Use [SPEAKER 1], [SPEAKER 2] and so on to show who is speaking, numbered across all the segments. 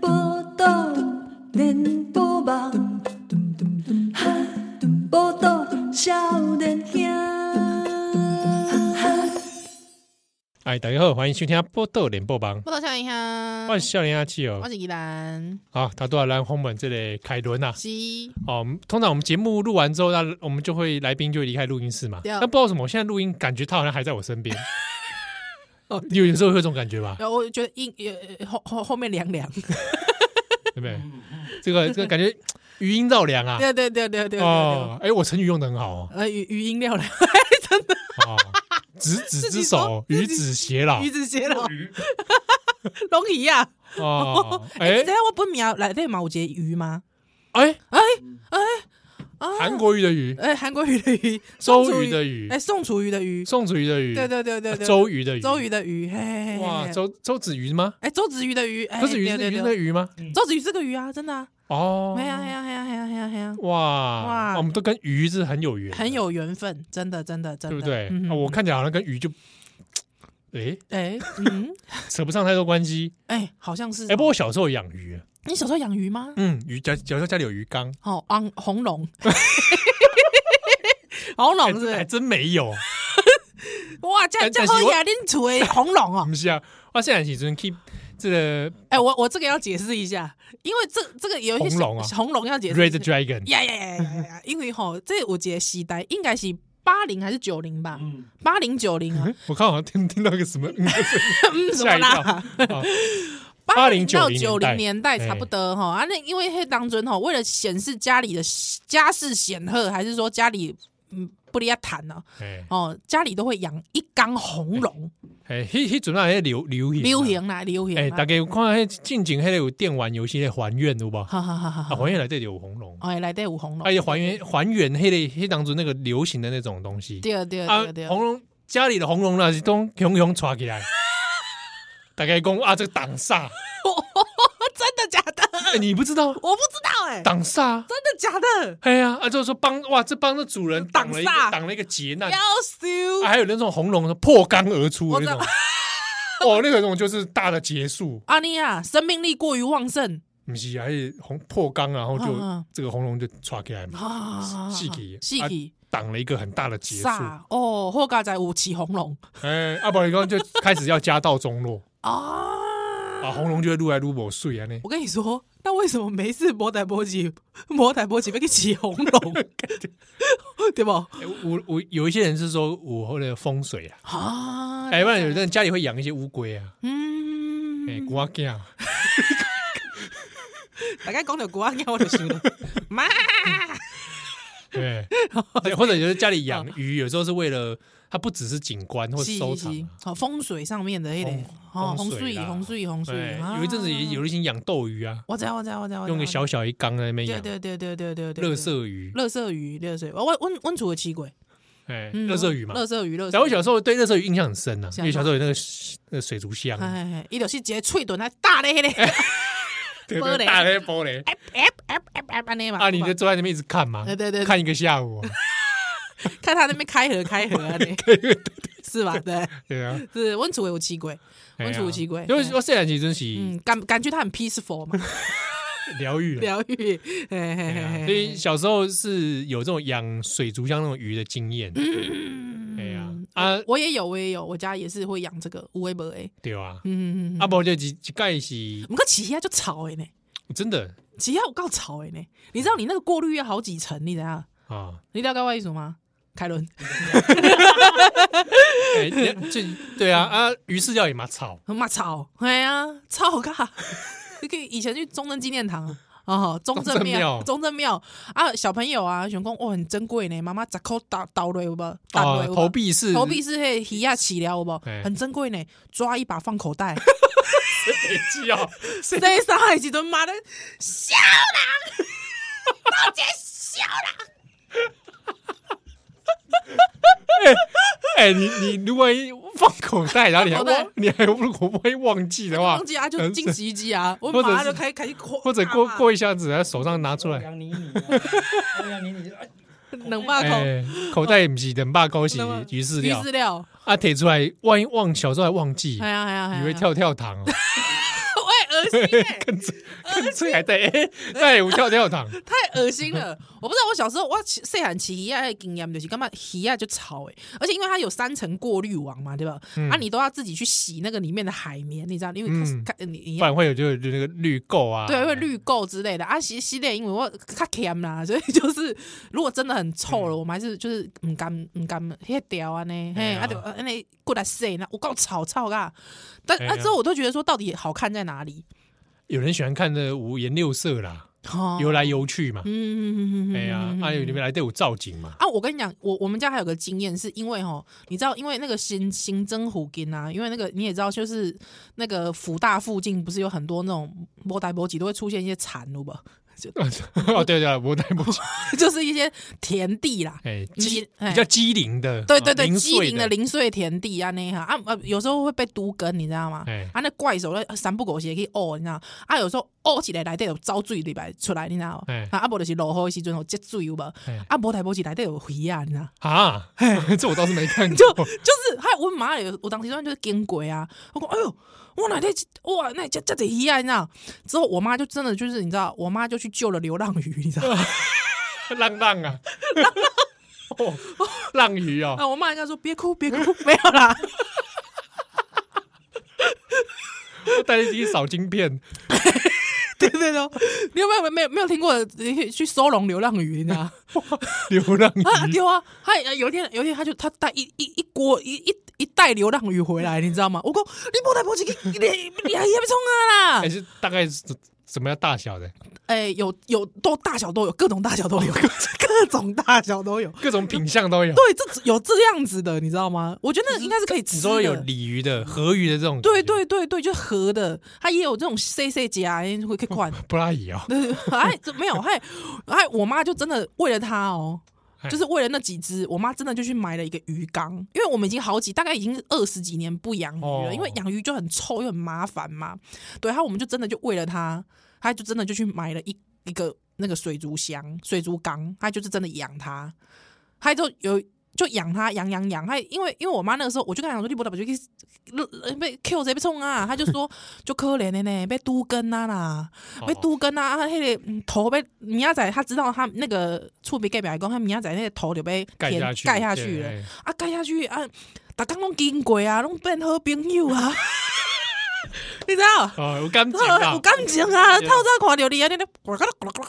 [SPEAKER 1] 报道连波网，报道少年兄。
[SPEAKER 2] 哎，大家好，欢迎收听《波豆联播榜》，
[SPEAKER 3] 我到笑一下，
[SPEAKER 2] 我是笑脸阿七
[SPEAKER 3] 我
[SPEAKER 2] 哦。
[SPEAKER 3] 是依兰，
[SPEAKER 2] 好，他都要来红本这里凯伦呐。
[SPEAKER 3] 是
[SPEAKER 2] 哦，通常我们节目录完之后，那我们就会来宾就会离开录音室嘛。
[SPEAKER 3] 对啊
[SPEAKER 2] 但不知道为什么，我现在录音感觉他好像还在我身 边。哦，有有时候会有这种感觉吧，
[SPEAKER 3] 然后我觉得硬呃后后后面凉凉，
[SPEAKER 2] 对不对？这个这个感觉余音绕梁啊。
[SPEAKER 3] 对对对对对对对，
[SPEAKER 2] 哦，哎，我成语用的很好哦。
[SPEAKER 3] 呃语语音料了，
[SPEAKER 2] 哦，执子之
[SPEAKER 3] 己
[SPEAKER 2] 手
[SPEAKER 3] 说，
[SPEAKER 2] 与子偕老
[SPEAKER 3] 鱼。子写了， 龙鱼啊，
[SPEAKER 2] 哦，
[SPEAKER 3] 哎，
[SPEAKER 2] 哎
[SPEAKER 3] 等一下我本名来对毛节鱼吗？
[SPEAKER 2] 哎，
[SPEAKER 3] 啊，
[SPEAKER 2] 韩国语的语，
[SPEAKER 3] 哎韩国鱼的鱼，宋
[SPEAKER 2] 周
[SPEAKER 3] 楚
[SPEAKER 2] 瑜的瑜
[SPEAKER 3] 哎，宋楚瑜的瑜，
[SPEAKER 2] 宋子瑜的瑜，
[SPEAKER 3] 对对对对对，
[SPEAKER 2] 啊周瑜的瑜，
[SPEAKER 3] 周瑜的瑜，嘿嘿嘿，嘿
[SPEAKER 2] 哇，
[SPEAKER 3] 嘿
[SPEAKER 2] 周周子瑜吗？
[SPEAKER 3] 哎周子瑜的哎瑜，哎
[SPEAKER 2] 周子瑜
[SPEAKER 3] 对
[SPEAKER 2] 是
[SPEAKER 3] 对
[SPEAKER 2] 鱼
[SPEAKER 3] 对
[SPEAKER 2] 的鱼吗？
[SPEAKER 3] 周子瑜是个鱼啊，真的啊，
[SPEAKER 2] 哦，
[SPEAKER 3] 嘿呀嘿呀嘿呀嘿呀嘿呀嘿呀。
[SPEAKER 2] 哇哇，
[SPEAKER 3] 哇
[SPEAKER 2] 我们都跟鱼是很有缘的，
[SPEAKER 3] 很有缘分，真的，真的，真
[SPEAKER 2] 对
[SPEAKER 3] 的，
[SPEAKER 2] 不对？
[SPEAKER 3] 嗯
[SPEAKER 2] 啊我看起来好像跟鱼就，诶，
[SPEAKER 3] 哎，嗯，
[SPEAKER 2] 扯不上太多关系。
[SPEAKER 3] 哎，好像是。
[SPEAKER 2] 哎，不过我小时候有养鱼，
[SPEAKER 3] 你小时候养鱼吗？
[SPEAKER 2] 嗯，鱼家小时候家里有鱼缸，
[SPEAKER 3] 哦，昂红龙，
[SPEAKER 2] 哎
[SPEAKER 3] 红哦龙是不
[SPEAKER 2] 这还
[SPEAKER 3] 是
[SPEAKER 2] 真没有，
[SPEAKER 3] 哇，
[SPEAKER 2] 但
[SPEAKER 3] 这这
[SPEAKER 2] 但是
[SPEAKER 3] 好
[SPEAKER 2] 我
[SPEAKER 3] 雅恁厝的红龙
[SPEAKER 2] 我
[SPEAKER 3] 哦。
[SPEAKER 2] 们是啊，哇，现在起阵 keep 这个
[SPEAKER 3] 哎，我我这个要解释一下，因为这这个有一些
[SPEAKER 2] 红龙啊
[SPEAKER 3] 红龙要解释
[SPEAKER 2] red
[SPEAKER 3] 一下。
[SPEAKER 2] dragon，
[SPEAKER 3] 呀呀呀呀呀呀！因为吼，这我记得时代应该是八零还是九零吧？八零九零啊，
[SPEAKER 2] 嗯我刚好像听听到个什 么，嗯
[SPEAKER 3] 嗯，什
[SPEAKER 2] 吓
[SPEAKER 3] 么
[SPEAKER 2] 一跳
[SPEAKER 3] 啦？。
[SPEAKER 2] 哦
[SPEAKER 3] 八零到
[SPEAKER 2] 80
[SPEAKER 3] 九零年代
[SPEAKER 2] 哎
[SPEAKER 3] 差不多哈、啊，那因为黑当中哈，为了显示家里的家世显赫，还是说家里嗯不离啊谈呢、
[SPEAKER 2] 哎
[SPEAKER 3] 哦，家里都会养一缸红龙，
[SPEAKER 2] 哎，迄迄阵啊，迄流流行啊
[SPEAKER 3] 流行啦，流行啦，啊
[SPEAKER 2] 哎、大家有看迄近景迄个有电玩游戏的还愿有无？啊，
[SPEAKER 3] 哈哈哈哈哈，
[SPEAKER 2] 还愿来这里有红龙，
[SPEAKER 3] 哎，来对有红龙，
[SPEAKER 2] 而且还原还原迄个迄当中那个流行的那种东西
[SPEAKER 3] 对对
[SPEAKER 2] 啊
[SPEAKER 3] 对，对，
[SPEAKER 2] 红龙家里的红龙呢是都熊熊抓起来，大概讲啊这个挡煞、
[SPEAKER 3] 真的假的？
[SPEAKER 2] 哎你不知道
[SPEAKER 3] 我不知道哎、
[SPEAKER 2] 挡煞，
[SPEAKER 3] 真的假的？
[SPEAKER 2] 哎呀啊就是说帮哇这帮的主人挡了一个
[SPEAKER 3] 挡煞
[SPEAKER 2] 挡了一个劫难、
[SPEAKER 3] 要
[SPEAKER 2] 啊，
[SPEAKER 3] 修
[SPEAKER 2] 还有那种红龙的破缸而出的那种
[SPEAKER 3] 我知，
[SPEAKER 2] 哦那个种就是大的结束，
[SPEAKER 3] 阿尼亚，啊生命力过于旺盛
[SPEAKER 2] 不是还是红破缸，然后就、
[SPEAKER 3] 嗯嗯
[SPEAKER 2] 这个红龙就抓起来嘛。
[SPEAKER 3] 啊，
[SPEAKER 2] 戏剧
[SPEAKER 3] 细
[SPEAKER 2] 啊
[SPEAKER 3] 体
[SPEAKER 2] 挡了一个很大的结束。
[SPEAKER 3] 煞哦，霍家仔有起红龙
[SPEAKER 2] 哎，阿宝你刚就开始要家道中落
[SPEAKER 3] 啊
[SPEAKER 2] 啊，红龙就会撸来撸某碎啊呢。
[SPEAKER 3] 我跟你说，那为什么没事摩台波起摩台波起被给起红龙，对不？
[SPEAKER 2] 哎我我有一些人是说我后来的风水啊，
[SPEAKER 3] 啊，
[SPEAKER 2] 哎，不然有的人家里会养一些乌龟啊，哎，
[SPEAKER 3] 嗯，
[SPEAKER 2] 古阿鸡啊，
[SPEAKER 3] 大概讲到国安，我就想到妈，
[SPEAKER 2] 对，
[SPEAKER 3] 哦
[SPEAKER 2] 对或者有的家里养鱼，有时候是为了它不只是景观或收藏啊。
[SPEAKER 3] 好风水上面的那点，
[SPEAKER 2] 风
[SPEAKER 3] 哦，
[SPEAKER 2] 风
[SPEAKER 3] 洪
[SPEAKER 2] 水
[SPEAKER 3] 水，
[SPEAKER 2] 啦
[SPEAKER 3] 洪水，洪水
[SPEAKER 2] 对，，哎有一阵子也有
[SPEAKER 3] 啊，
[SPEAKER 2] 人先养斗鱼啊，
[SPEAKER 3] 我知道，我知道，我知道，我知道
[SPEAKER 2] 用个小，小一缸在那边
[SPEAKER 3] 对
[SPEAKER 2] 养，
[SPEAKER 3] 对对对对对对，
[SPEAKER 2] 乐色鱼，
[SPEAKER 3] 乐色鱼，乐色，我我温温楚的奇鬼，
[SPEAKER 2] 哎，
[SPEAKER 3] 嗯
[SPEAKER 2] 乐色鱼嘛。
[SPEAKER 3] 乐色鱼，乐色，
[SPEAKER 2] 然后我小时候对乐色鱼印象很深啊，
[SPEAKER 3] 是
[SPEAKER 2] 因
[SPEAKER 3] 啊
[SPEAKER 2] 为小时候有那个那个水族箱啊，
[SPEAKER 3] 哎，哎，伊就是一个喙唇还大咧咧，哎
[SPEAKER 2] 对
[SPEAKER 3] 玻璃
[SPEAKER 2] 大黑玻璃
[SPEAKER 3] 哎哎哎哎，安尼嘛，
[SPEAKER 2] 啊，你就坐在那边一直看嘛，
[SPEAKER 3] 对对对对
[SPEAKER 2] 看一个下午啊，
[SPEAKER 3] 看他那边开合开合啊， 你是吧？对，
[SPEAKER 2] 对啊，
[SPEAKER 3] 是温楚有奇怪，温楚有奇怪，
[SPEAKER 2] 哎因为
[SPEAKER 3] 对
[SPEAKER 2] 我虽然其实是
[SPEAKER 3] 嗯，感感觉他很 peaceful 嘛，
[SPEAKER 2] 疗愈了，
[SPEAKER 3] 疗愈，嘿嘿
[SPEAKER 2] 对啊
[SPEAKER 3] 嘿
[SPEAKER 2] 所以
[SPEAKER 3] 嘿，
[SPEAKER 2] 小时候是有这种养水族箱那种鱼的经验，
[SPEAKER 3] 嗯
[SPEAKER 2] 哎呀啊
[SPEAKER 3] 我也有，我也有，我家也是会养这个乌龟博诶，
[SPEAKER 2] 对啊，
[SPEAKER 3] 嗯，
[SPEAKER 2] 啊，不然就一一盖是
[SPEAKER 3] 我们看起下就吵欸诶呢，
[SPEAKER 2] 真的
[SPEAKER 3] 起下我告吵诶呢，你知道你那个过滤要好几层，你怎样？
[SPEAKER 2] 啊，
[SPEAKER 3] 你了解我意思吗？凯伦，
[SPEAKER 2] 哎，你这对啊啊，鱼饲料也蛮吵，
[SPEAKER 3] 妈吵，哎呀，吵噶，你 可以以前去中正纪念堂啊。哦，中
[SPEAKER 2] 中正
[SPEAKER 3] 正庙
[SPEAKER 2] 庙，
[SPEAKER 3] 中正庙啊，小朋友啊，想讲哦，很珍贵呢，妈妈十块倒倒落有无？倒落
[SPEAKER 2] 啊，
[SPEAKER 3] 有无
[SPEAKER 2] 投币是
[SPEAKER 3] 投币是嘿鱼亚起了，有无
[SPEAKER 2] 嘿？
[SPEAKER 3] 很珍贵呢，抓一把放 口袋。
[SPEAKER 2] 北极啊，
[SPEAKER 3] 谁上海几顿妈的小狼，老姐小狼，
[SPEAKER 2] 哎，你你如果一放口袋，然后你还
[SPEAKER 3] 放口袋
[SPEAKER 2] 忘，你还如果不会忘记的话
[SPEAKER 3] 忘，记啊，就 进洗衣机啊，我
[SPEAKER 2] 或者是
[SPEAKER 3] 马上就开开始扩
[SPEAKER 2] 或者过过一下子，然后手上拿出来，
[SPEAKER 4] 欧阳妮妮啊，欧阳妮妮，哎
[SPEAKER 3] 冷霸口
[SPEAKER 2] 哎，口袋不是冷霸口是鱼饲
[SPEAKER 3] 鱼
[SPEAKER 2] 料
[SPEAKER 3] 饲料，
[SPEAKER 2] 啊，提出来，万一忘小时候还忘记
[SPEAKER 3] 哎，呀哎呀哎呀，
[SPEAKER 2] 以为跳跳糖 哦，
[SPEAKER 3] 喂，恶 心欸
[SPEAKER 2] 跟这跟这还带哎，带有跳跳 糖，
[SPEAKER 3] 太恶心了！我不知道，我小时候我起细汉起鱼啊，经验就是干嘛鱼啊就吵哎，而且因为它有三层过滤网嘛，对吧？啊，你都要自己去洗那个里面的海绵，你知道，因为它是
[SPEAKER 2] 嗯
[SPEAKER 3] 它你你
[SPEAKER 2] 不然会有就有那个绿垢啊，
[SPEAKER 3] 对，会绿垢之类的啊。洗洗脸，因为我较甜啦， 所以就是如果真的很臭了，我们还是就是唔敢唔敢黑掉啊呢，
[SPEAKER 2] 嗯哎
[SPEAKER 3] 嘿，
[SPEAKER 2] 呀
[SPEAKER 3] 啊就安尼过来洗那我够吵吵噶。但
[SPEAKER 2] 哎呀
[SPEAKER 3] 啊之后我都觉得说，到底好看在哪里？
[SPEAKER 2] 有人喜欢看的五颜六色啦，
[SPEAKER 3] 哦
[SPEAKER 2] 游来游去嘛，
[SPEAKER 3] 嗯嗯嗯嗯嗯嗯
[SPEAKER 2] 哎呀，啊有里面来对我造景 嘛，
[SPEAKER 3] 啊，我跟你讲，我我们家还有个经验，是因为哈，你知道，因为那个新新增虎根啊，因为那个你也知道，就是那个福大附近不是有很多那种波带波吉都会出现一些产路吧，
[SPEAKER 2] 哦对对，我带不起，
[SPEAKER 3] 就是一些田地啦，
[SPEAKER 2] 哎，
[SPEAKER 3] 不是
[SPEAKER 2] 机
[SPEAKER 3] 哎
[SPEAKER 2] 比较机灵的，
[SPEAKER 3] 对对对，
[SPEAKER 2] 啊
[SPEAKER 3] 机灵的，
[SPEAKER 2] 零碎
[SPEAKER 3] 零碎田地啊那哈啊啊，有时候会被毒根，你知道吗？
[SPEAKER 2] 哎
[SPEAKER 3] 啊，那怪手那三不狗血可以呕，你知道吗？啊，有时候呕起来来底有遭水里边出来，你知道吗
[SPEAKER 2] 哎？
[SPEAKER 3] 啊，啊，无就是落雨的时阵有积水有无？
[SPEAKER 2] 哎
[SPEAKER 3] 啊，无台波起来底有鱼啊，你知道吗？
[SPEAKER 2] 啊， 这我倒是没看
[SPEAKER 3] 就
[SPEAKER 2] 过，
[SPEAKER 3] 就是，还我妈有，我当时就是见鬼啊！我讲，哎呦，我哪天哇，那这这得鱼啊，你知道？之后我妈就真的就是，你知道，我妈就去救了流浪鱼，你知道？
[SPEAKER 2] 浪浪 啊， 哦浪鱼哦，
[SPEAKER 3] 啊，我妈应该说别哭，别哭，没有啦，哦
[SPEAKER 2] 带自己扫金片，
[SPEAKER 3] 对对对，你有没有没有没有听过呃去收容流浪鱼，你知道？
[SPEAKER 2] 流浪鱼，
[SPEAKER 3] 啊，对啊，他有一天有一天他就他带一一一锅一一一袋流浪鱼回来，你知道吗？我讲你莫带波去，你你还还没冲啊
[SPEAKER 2] 还
[SPEAKER 3] 啦！
[SPEAKER 2] 是大概是怎怎么样大小的，
[SPEAKER 3] 哎，有有都大小都有，各种大小都有，各种大小都有。
[SPEAKER 2] 各种品相都有。
[SPEAKER 3] 对，这有这样子的，你知道吗？我觉得那应该是可以吃
[SPEAKER 2] 你
[SPEAKER 3] 的。
[SPEAKER 2] 说有鲤鱼的、河鱼的这种，
[SPEAKER 3] 对，对对对，就是河的，它也有这种 C C 夹，啊会可以款。
[SPEAKER 2] 布拉鱼哦，
[SPEAKER 3] 对，哎，这没有，哎哎，我妈就真的为了它哦
[SPEAKER 2] 哎。
[SPEAKER 3] 就是为了那几只，我妈真的就去买了一个鱼缸，因为我们已经好几，大概已经二十几年不养鱼了，
[SPEAKER 2] 哦
[SPEAKER 3] 因为养鱼就很臭又很麻烦嘛。对，然后我们就真的就为了它，她就真的就去买了一一个那个水族箱、水族缸，她就是真的养它。他就有就养他养养养，他因为因为我妈那个时候，我就跟她讲说，你不打不就去被 Q 谁被冲啊？他就说就可怜的呢，被都根啊啦，被
[SPEAKER 2] 哦
[SPEAKER 3] 都根啊，他那个嗯头被米亚仔，他知道他那个触鼻盖表公，他米亚仔那个头就被
[SPEAKER 2] 盖
[SPEAKER 3] 填
[SPEAKER 2] 下去，
[SPEAKER 3] 盖下去了
[SPEAKER 2] 对。
[SPEAKER 3] 啊，盖下去啊，大家拢经过啊，拢变好朋友啊，你知道？
[SPEAKER 2] 哦，我刚讲
[SPEAKER 3] 有
[SPEAKER 2] 到，
[SPEAKER 3] 感情啊，
[SPEAKER 2] 对
[SPEAKER 3] 透早看到你啊，你咧，呱呱呱呱呱，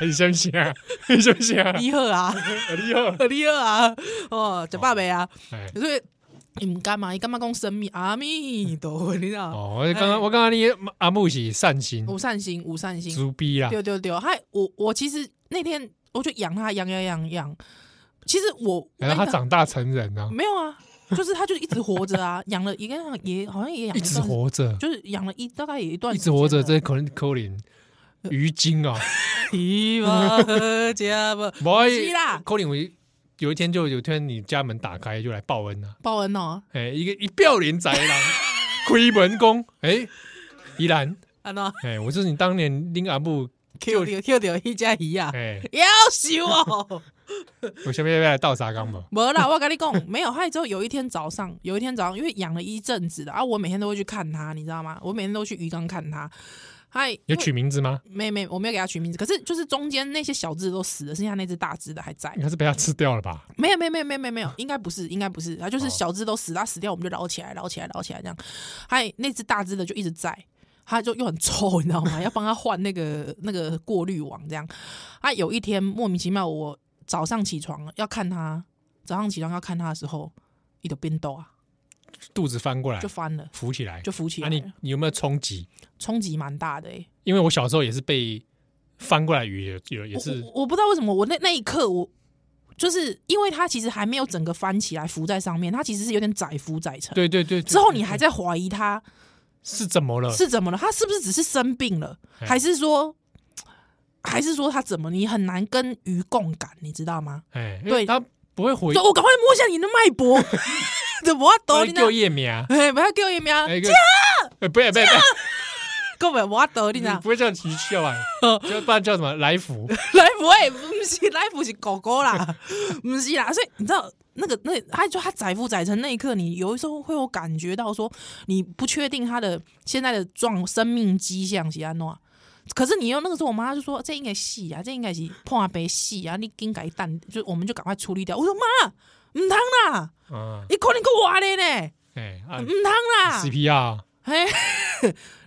[SPEAKER 2] 很相信啊，很相信 啊，
[SPEAKER 3] 你好啊，
[SPEAKER 2] 很厉害。
[SPEAKER 3] 你好啊，哦，食饱未啊？
[SPEAKER 2] 哎，
[SPEAKER 3] 所以伊毋敢嘛，伊感觉讲神秘阿弥陀佛，你知道？
[SPEAKER 2] 哦，我刚刚我刚刚你阿木喜善心，
[SPEAKER 3] 无哎善心，无善心，
[SPEAKER 2] 猪逼啦，
[SPEAKER 3] 对对对，还我我其实那天我就养它，养养养养，其实我
[SPEAKER 2] 然后
[SPEAKER 3] 我
[SPEAKER 2] 他长大成人啊，
[SPEAKER 3] 没有啊，就是它就一直活着啊，养了一个也好像也养了
[SPEAKER 2] 一直
[SPEAKER 3] 段，
[SPEAKER 2] 活着，
[SPEAKER 3] 嗯就是养了一大概有一段
[SPEAKER 2] 一
[SPEAKER 3] 时
[SPEAKER 2] 直
[SPEAKER 3] 间了，
[SPEAKER 2] 活着，这可能可能
[SPEAKER 3] 呃
[SPEAKER 2] 鱼精啊，
[SPEAKER 3] 一万 家不
[SPEAKER 2] 我
[SPEAKER 3] 是啦
[SPEAKER 2] 可能我有一天就有一天你家门打开就来报恩啊，
[SPEAKER 3] 报恩哦，
[SPEAKER 2] 哎，一个一表脸宅狼，亏门工，哎，依然，
[SPEAKER 3] 安 喏
[SPEAKER 2] 哎，我就是你当年拎阿木，
[SPEAKER 3] ，Q 掉 Q 掉一只鱼啊，
[SPEAKER 2] 哎。
[SPEAKER 3] 要死哦！
[SPEAKER 2] 我下面要不要来倒沙缸嘛？
[SPEAKER 3] 没啦，我跟你讲，没有。害之后有一天早上，有一天早上，因为养了一阵子的啊，我每天都会去看它，你知道吗？我每天都去鱼缸看它。嗨，
[SPEAKER 2] 有取名字吗？
[SPEAKER 3] 没没，我没有给它取名字，可是就是中间那些小只的都死了，剩下那只大只的还在
[SPEAKER 2] 应。该是被它吃掉了吧？
[SPEAKER 3] 没有没有没有没有没有没有，应该不是，应该不是，它就是
[SPEAKER 2] 哦
[SPEAKER 3] 小只都死，它死掉我们就捞起来，捞起来，捞起来这样。嗨，那只大只的就一直在。它就又很臭，你知道吗？要帮它换那个那个过滤网，这样。啊，有一天莫名其妙，我早上起床要看它，早上起床要看它的时候，一的变抖啊，
[SPEAKER 2] 肚子翻过来
[SPEAKER 3] 就翻了，
[SPEAKER 2] 浮起来，
[SPEAKER 3] 就浮起
[SPEAKER 2] 啊
[SPEAKER 3] 来
[SPEAKER 2] 你
[SPEAKER 3] 了，
[SPEAKER 2] 你有没有冲击？
[SPEAKER 3] 冲击蛮大的欸
[SPEAKER 2] 因为我小时候也是被翻过来鱼也有也
[SPEAKER 3] 我
[SPEAKER 2] 是
[SPEAKER 3] 我我不知道为什么，我那那一刻我就是因为它其实还没有整个翻起来浮在上面，它其实是有点载浮载沉。
[SPEAKER 2] 对对对。对嗯
[SPEAKER 3] 之后你还在怀疑它
[SPEAKER 2] 是怎么了？
[SPEAKER 3] 是怎么了？它是不是只是生病了，
[SPEAKER 2] 哎
[SPEAKER 3] 还是说？还是说它怎么？你很难跟鱼共感，你知道吗？
[SPEAKER 2] 哎，因
[SPEAKER 3] 对
[SPEAKER 2] 为它不会回
[SPEAKER 3] 所以，我赶快摸一下你的脉搏， 怎么抖？
[SPEAKER 2] 会
[SPEAKER 3] 你啊
[SPEAKER 2] 掉
[SPEAKER 3] 那
[SPEAKER 2] 叶苗，啊
[SPEAKER 3] 哎，不要给我一秒，
[SPEAKER 2] 哎，个哎不要不要不要，
[SPEAKER 3] 根本我得你
[SPEAKER 2] 你
[SPEAKER 3] 知道
[SPEAKER 2] 不会这样取笑啊？
[SPEAKER 3] 哦
[SPEAKER 2] 就不然叫什么来 福？
[SPEAKER 3] 来福哎，不是来福是狗狗啦， 不是啦，所以你知道那个那他就他载富载成那一刻，你有时候会有感觉到说，你不确定他的现在的状生命迹象是安怎。可是你又那个时候，我妈就说这应该戏啊，这应该是破杯戏啊，你应该淡，就我们就赶快处理掉。我说妈，唔通啦，
[SPEAKER 2] 啊，
[SPEAKER 3] 你可能够话咧呢，
[SPEAKER 2] 哎啊
[SPEAKER 3] 唔通啦，
[SPEAKER 2] ，CPR
[SPEAKER 3] 哎，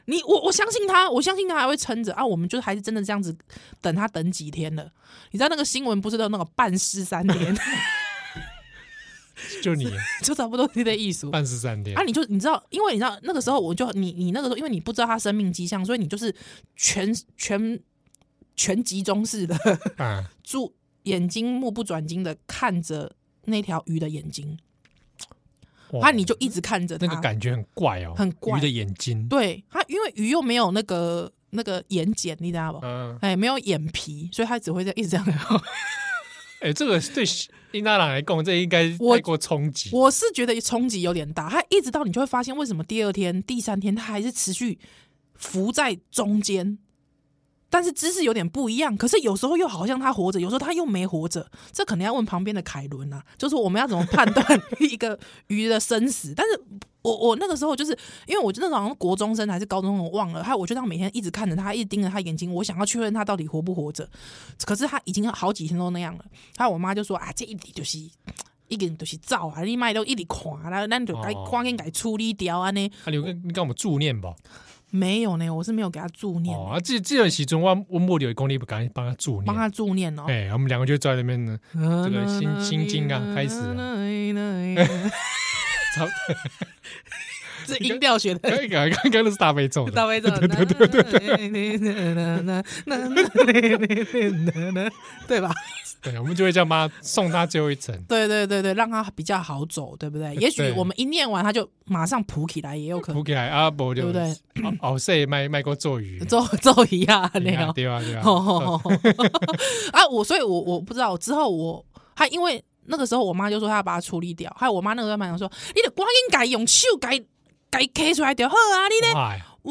[SPEAKER 3] 你我我相信他，我相信他还会撑着啊！我们就还是真的这样子等他等几天了。你知道那个新闻不是都有那个半尸三天，
[SPEAKER 2] 就你
[SPEAKER 3] 就差不多是这个意思。
[SPEAKER 2] 办十三天
[SPEAKER 3] 啊，，你就你知道，因为你知道那个时候，我就你你那个时候，因为你不知道他生命迹象，所以你就是全全全集中式的
[SPEAKER 2] 啊，
[SPEAKER 3] 注眼睛目不转睛的看着那条鱼的眼睛，
[SPEAKER 2] 哇
[SPEAKER 3] 啊，你就一直看着它
[SPEAKER 2] 那个感觉很怪哦，
[SPEAKER 3] 很怪
[SPEAKER 2] 鱼的眼睛，
[SPEAKER 3] 对它，因为鱼又没有那个那个眼睑，你知道不？
[SPEAKER 2] 嗯，
[SPEAKER 3] 哎，没有眼皮，所以他只会在一直这样。
[SPEAKER 2] 哎，这个对英大郎来讲，这应该
[SPEAKER 3] 我
[SPEAKER 2] 太过冲击，
[SPEAKER 3] 我是觉得冲击有点大，他一直到你就会发现，为什么第二天、第三天他还是持续浮在中间，但是姿势有点不一样。可是有时候又好像他活着，有时候他又没活着，这可能要问旁边的凯伦啊，就是我们要怎么判断一个鱼的生死？但是我我那个时候就是因为我那时候好像国中生还是高中生，我忘了，还有我就这样每天一直看着他，一直盯着他眼睛，我想要确认他到底活不活着。可是他已经好几天都那样了，还有我妈就说啊，这一底就是。已经就是走啊！你卖都一直看啦，咱就该
[SPEAKER 2] 哦
[SPEAKER 3] 赶紧该处理掉安尼。
[SPEAKER 2] 啊，你有跟你跟我们助念吧，
[SPEAKER 3] 没有呢，我是没有给他助念的，
[SPEAKER 2] 哦，啊，这这种时钟我我莫有功力不敢帮他助念，
[SPEAKER 3] 帮他助念哦。
[SPEAKER 2] 哎，我们两个就坐在那边呢，
[SPEAKER 3] 这
[SPEAKER 2] 个心心经啊开始
[SPEAKER 3] 了。
[SPEAKER 2] 操，
[SPEAKER 3] 这音调学的
[SPEAKER 2] 刚刚刚刚那是大悲咒的，
[SPEAKER 3] 大卫这种，对对对对对， 对吧？
[SPEAKER 2] 对，我们就会叫妈送他最后一程，
[SPEAKER 3] 对对对对，让他比较好走，对不 对？也许我们一念完，他就马上扑起来，也有可能
[SPEAKER 2] 扑。起来啊，不
[SPEAKER 3] 对
[SPEAKER 2] 就哦
[SPEAKER 3] 不对
[SPEAKER 2] 熬熬睡卖卖过做鱼，
[SPEAKER 3] 揍揍一下那
[SPEAKER 2] 对
[SPEAKER 3] 样
[SPEAKER 2] 啊。对啊对啊，
[SPEAKER 3] 哦， 啊，我所以我，我不知道之后我还因为那个时候我妈就说她要把它处理掉，还有我妈那个时候蛮想说，你的光阴改用手改改 K 出来就好啊，你呢？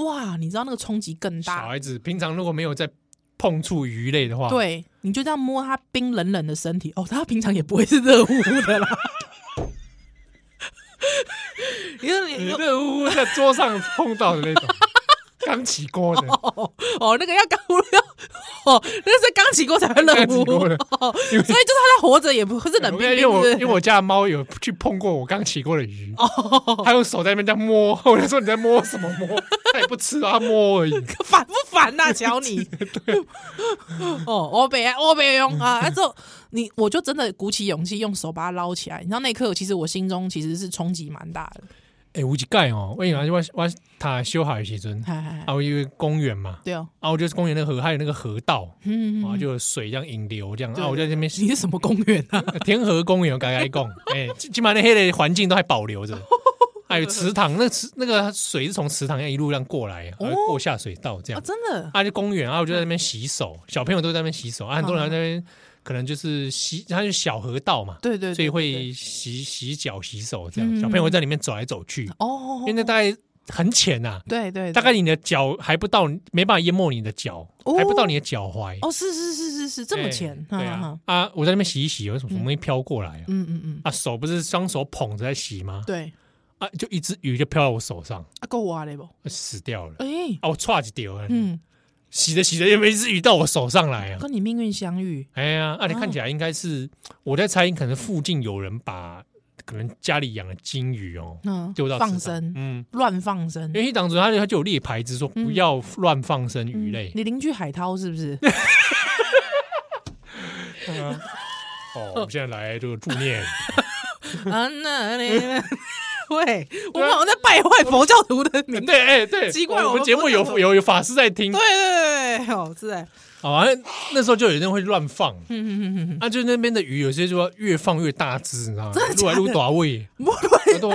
[SPEAKER 2] 哇，
[SPEAKER 3] 哇，你知道那个冲击更
[SPEAKER 2] 小
[SPEAKER 3] 大，
[SPEAKER 2] 孩子平常如果没有在碰触鱼类的话，，
[SPEAKER 3] 对，你就这样摸它冰冷冷的身体，哦，它平常也不会是热乎乎的啦。 因为你
[SPEAKER 2] 热乎乎在桌上碰到的那 种，刚起锅的，
[SPEAKER 3] 哦哦，那个要刚乎要哦，那是刚起锅才会热
[SPEAKER 2] 刚
[SPEAKER 3] 乎
[SPEAKER 2] 起
[SPEAKER 3] 乎
[SPEAKER 2] 锅的，
[SPEAKER 3] 哦，所以就是它在活着也不是冷
[SPEAKER 2] 我
[SPEAKER 3] 冰
[SPEAKER 2] 跟
[SPEAKER 3] 冰
[SPEAKER 2] 你讲因
[SPEAKER 3] 的，
[SPEAKER 2] 为我因为我家的猫有去碰过我刚起锅的鱼，
[SPEAKER 3] 哦
[SPEAKER 2] 它用手在那边在摸，我就说你在摸什么摸？ 它也不吃啊，它摸而已。
[SPEAKER 3] 烦不烦呐、瞧你，哦，我北我北用啊，啊之后你我就真的鼓起勇气用手把它捞起来，你知道那一刻其实我心中其实是冲击蛮大的，
[SPEAKER 2] 哎，有一盖哦，我以前我我他修好的时阵，
[SPEAKER 3] 嗨嗨嗨
[SPEAKER 2] 啊，我有一个公园嘛，
[SPEAKER 3] 对哦，
[SPEAKER 2] 啊，我就是公园那个河，还有那个河道，
[SPEAKER 3] 嗯，
[SPEAKER 2] 啊，就有水这样引流这样，
[SPEAKER 3] 对
[SPEAKER 2] 啊，我就在那边
[SPEAKER 3] 你是什么公园啊？
[SPEAKER 2] 天河公园，我刚才 讲，哎，起码那黑的环境都还保留着，还有池塘，那池那个水是从池塘一路这样过来，还
[SPEAKER 3] 哦
[SPEAKER 2] 会过下水道这
[SPEAKER 3] 啊，
[SPEAKER 2] 样。
[SPEAKER 3] 真的，
[SPEAKER 2] 啊，就公园啊，我就在那边洗手，小朋友都在那边洗手啊，很多人在那边可能就是洗，它是小河道嘛，
[SPEAKER 3] 嗯对对对
[SPEAKER 2] 所以
[SPEAKER 3] 对
[SPEAKER 2] 会洗洗脚、洗手这
[SPEAKER 3] 嗯
[SPEAKER 2] 样，小朋友会在里面走来走去，
[SPEAKER 3] 哦
[SPEAKER 2] 因为，那大概很浅呐，
[SPEAKER 3] 对对，对
[SPEAKER 2] 大概你的脚还不到，没办法淹没你的脚，
[SPEAKER 3] 哦
[SPEAKER 2] 还不到你的脚踝，
[SPEAKER 3] 哦，是是是是是这么
[SPEAKER 2] 哎
[SPEAKER 3] 浅，
[SPEAKER 2] 对
[SPEAKER 3] 哈哈
[SPEAKER 2] 啊
[SPEAKER 3] 哈，
[SPEAKER 2] 啊，我在那边洗一洗，有什么什么东西飘过来啊？
[SPEAKER 3] 嗯嗯嗯，
[SPEAKER 2] 啊，手不是双手捧着在洗吗？
[SPEAKER 3] 对，
[SPEAKER 2] 啊，就一只鱼就飘到我手上，
[SPEAKER 3] 啊够挖嘞不？
[SPEAKER 2] 死掉了。
[SPEAKER 3] 哎、
[SPEAKER 2] 啊，我歘就丢了。
[SPEAKER 3] 嗯，
[SPEAKER 2] 洗着洗着，有没有一只鱼到我手上来啊？
[SPEAKER 3] 跟你命运相遇，
[SPEAKER 2] 哎呀，
[SPEAKER 3] 哦
[SPEAKER 2] 啊，你看起来应该是，我在猜，可能附近有人把可能家里养的金鱼哦
[SPEAKER 3] 嗯，
[SPEAKER 2] 丢到池
[SPEAKER 3] 放
[SPEAKER 2] 塘
[SPEAKER 3] 生，
[SPEAKER 2] 嗯，
[SPEAKER 3] 乱放生
[SPEAKER 2] 因。为当时他就他就有列牌子说不
[SPEAKER 3] 嗯
[SPEAKER 2] 要乱放生鱼类
[SPEAKER 3] 你邻居海涛是不是？
[SPEAKER 2] 哦。我们现在来这个助念，
[SPEAKER 3] 啊，那那那，喂，我们好像在败坏佛教徒的名。
[SPEAKER 2] 对，哎对，
[SPEAKER 3] 奇怪
[SPEAKER 2] 我
[SPEAKER 3] 我
[SPEAKER 2] 们
[SPEAKER 3] 们
[SPEAKER 2] 节目
[SPEAKER 3] 不
[SPEAKER 2] 有
[SPEAKER 3] 是
[SPEAKER 2] 有有法师在听
[SPEAKER 3] 对，对对对，哦，是哎，
[SPEAKER 2] 好啊，那那时候就有人会乱放，
[SPEAKER 3] 嗯嗯嗯
[SPEAKER 2] 啊，就那边的鱼有些就要越放越大只，你知道吗
[SPEAKER 3] 真的？
[SPEAKER 2] 撸来撸
[SPEAKER 3] 假的
[SPEAKER 2] 大 胃，
[SPEAKER 3] 嗯，我乱，
[SPEAKER 2] 啊对，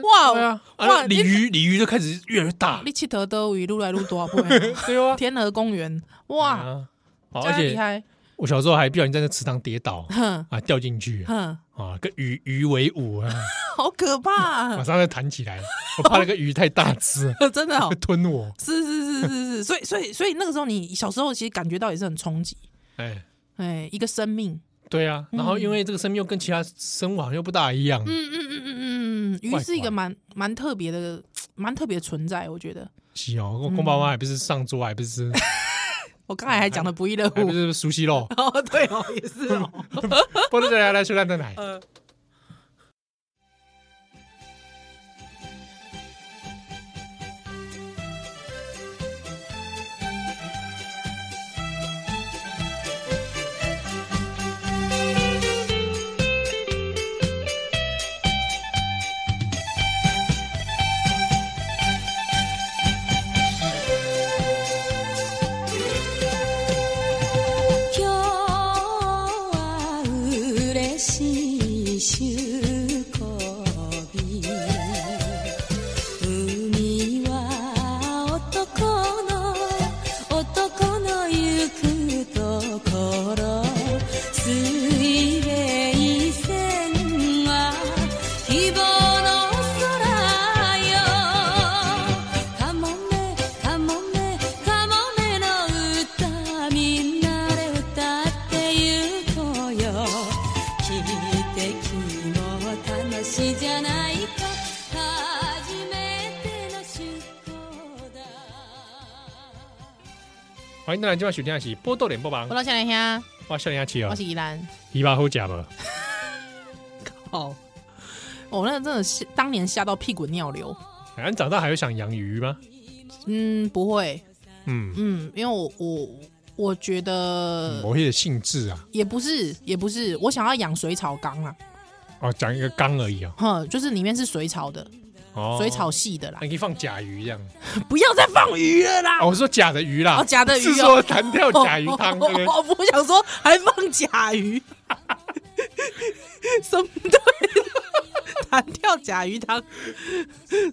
[SPEAKER 3] 哇
[SPEAKER 2] 对啊，啊
[SPEAKER 3] 哇
[SPEAKER 2] 那鲤鱼鲤鱼就开始越来越大，
[SPEAKER 3] 你去得都一路来路多不会
[SPEAKER 2] 对啊，
[SPEAKER 3] 天河公园，哇，
[SPEAKER 2] 啊，好，
[SPEAKER 3] 真
[SPEAKER 2] 而
[SPEAKER 3] 厉
[SPEAKER 2] 且
[SPEAKER 3] 害，
[SPEAKER 2] 我小时候还不小心在那池塘跌倒
[SPEAKER 3] 哼
[SPEAKER 2] 啊，掉进去
[SPEAKER 3] 哼，
[SPEAKER 2] 啊，跟鱼鱼为伍 啊，
[SPEAKER 3] 好可怕
[SPEAKER 2] 马
[SPEAKER 3] 啊，
[SPEAKER 2] 上再弹起来，我怕那个鱼太大只
[SPEAKER 3] 真的哦，
[SPEAKER 2] 会吞我，
[SPEAKER 3] 是是是是是是，所以所以所以那个时候你小时候其实感觉到也是很冲击，
[SPEAKER 2] 哎，
[SPEAKER 3] 哎，一个生命，
[SPEAKER 2] 对啊，然后因为这个生命又跟其他生物好像又不大一样，
[SPEAKER 3] 嗯嗯嗯嗯嗯嗯，鱼是一个蛮蛮特别的，蛮特别的存在，我觉得。
[SPEAKER 2] 是哦，我公爸妈还不是上桌，还不是吃，
[SPEAKER 3] 我刚才还讲的不亦乐
[SPEAKER 2] 哦还不
[SPEAKER 3] 乎，
[SPEAKER 2] 是熟悉肉，
[SPEAKER 3] 哦，对哦，也 是哦，
[SPEAKER 2] 波多来来去烂的 奶，
[SPEAKER 3] 呃，
[SPEAKER 1] 今日は嬉しい祝日海は男の男の行くところ水平線は希望の空よかもめかもめかもめの歌みんなで歌ってゆこうよ聞いて君も楽しいじゃないか初めての出航だ
[SPEAKER 2] 欢迎大家今晚收听的是波多连播忙
[SPEAKER 3] 我，到小莲香，
[SPEAKER 2] 哇，笑脸阿奇
[SPEAKER 3] 啊我
[SPEAKER 2] 哦
[SPEAKER 3] 是，宜兰，
[SPEAKER 2] 一把好假吧，
[SPEAKER 3] 哦，我哦那个真的是当年吓到屁滚尿流，
[SPEAKER 2] 哎你长大还会想养鱼吗？
[SPEAKER 3] 嗯，不会，
[SPEAKER 2] 嗯，
[SPEAKER 3] 嗯，因为我我我觉得
[SPEAKER 2] 某些的性质啊，
[SPEAKER 3] 也不是也不是，我想要养水草缸啊，
[SPEAKER 2] 哦，讲一个缸而已哦，
[SPEAKER 3] 哼，就是里面是水草的，
[SPEAKER 2] 哦，
[SPEAKER 3] 水草系的啦
[SPEAKER 2] 啊，，你可以放假鱼这样，
[SPEAKER 3] 不要再放鱼了啦
[SPEAKER 2] 哦，，我说假的鱼啦
[SPEAKER 3] 哦，，假的鱼
[SPEAKER 2] 是
[SPEAKER 3] 哦
[SPEAKER 2] 说弹跳假鱼 汤，对不对？
[SPEAKER 3] 我不想说还放甲 鱼，什么对？弹跳甲鱼汤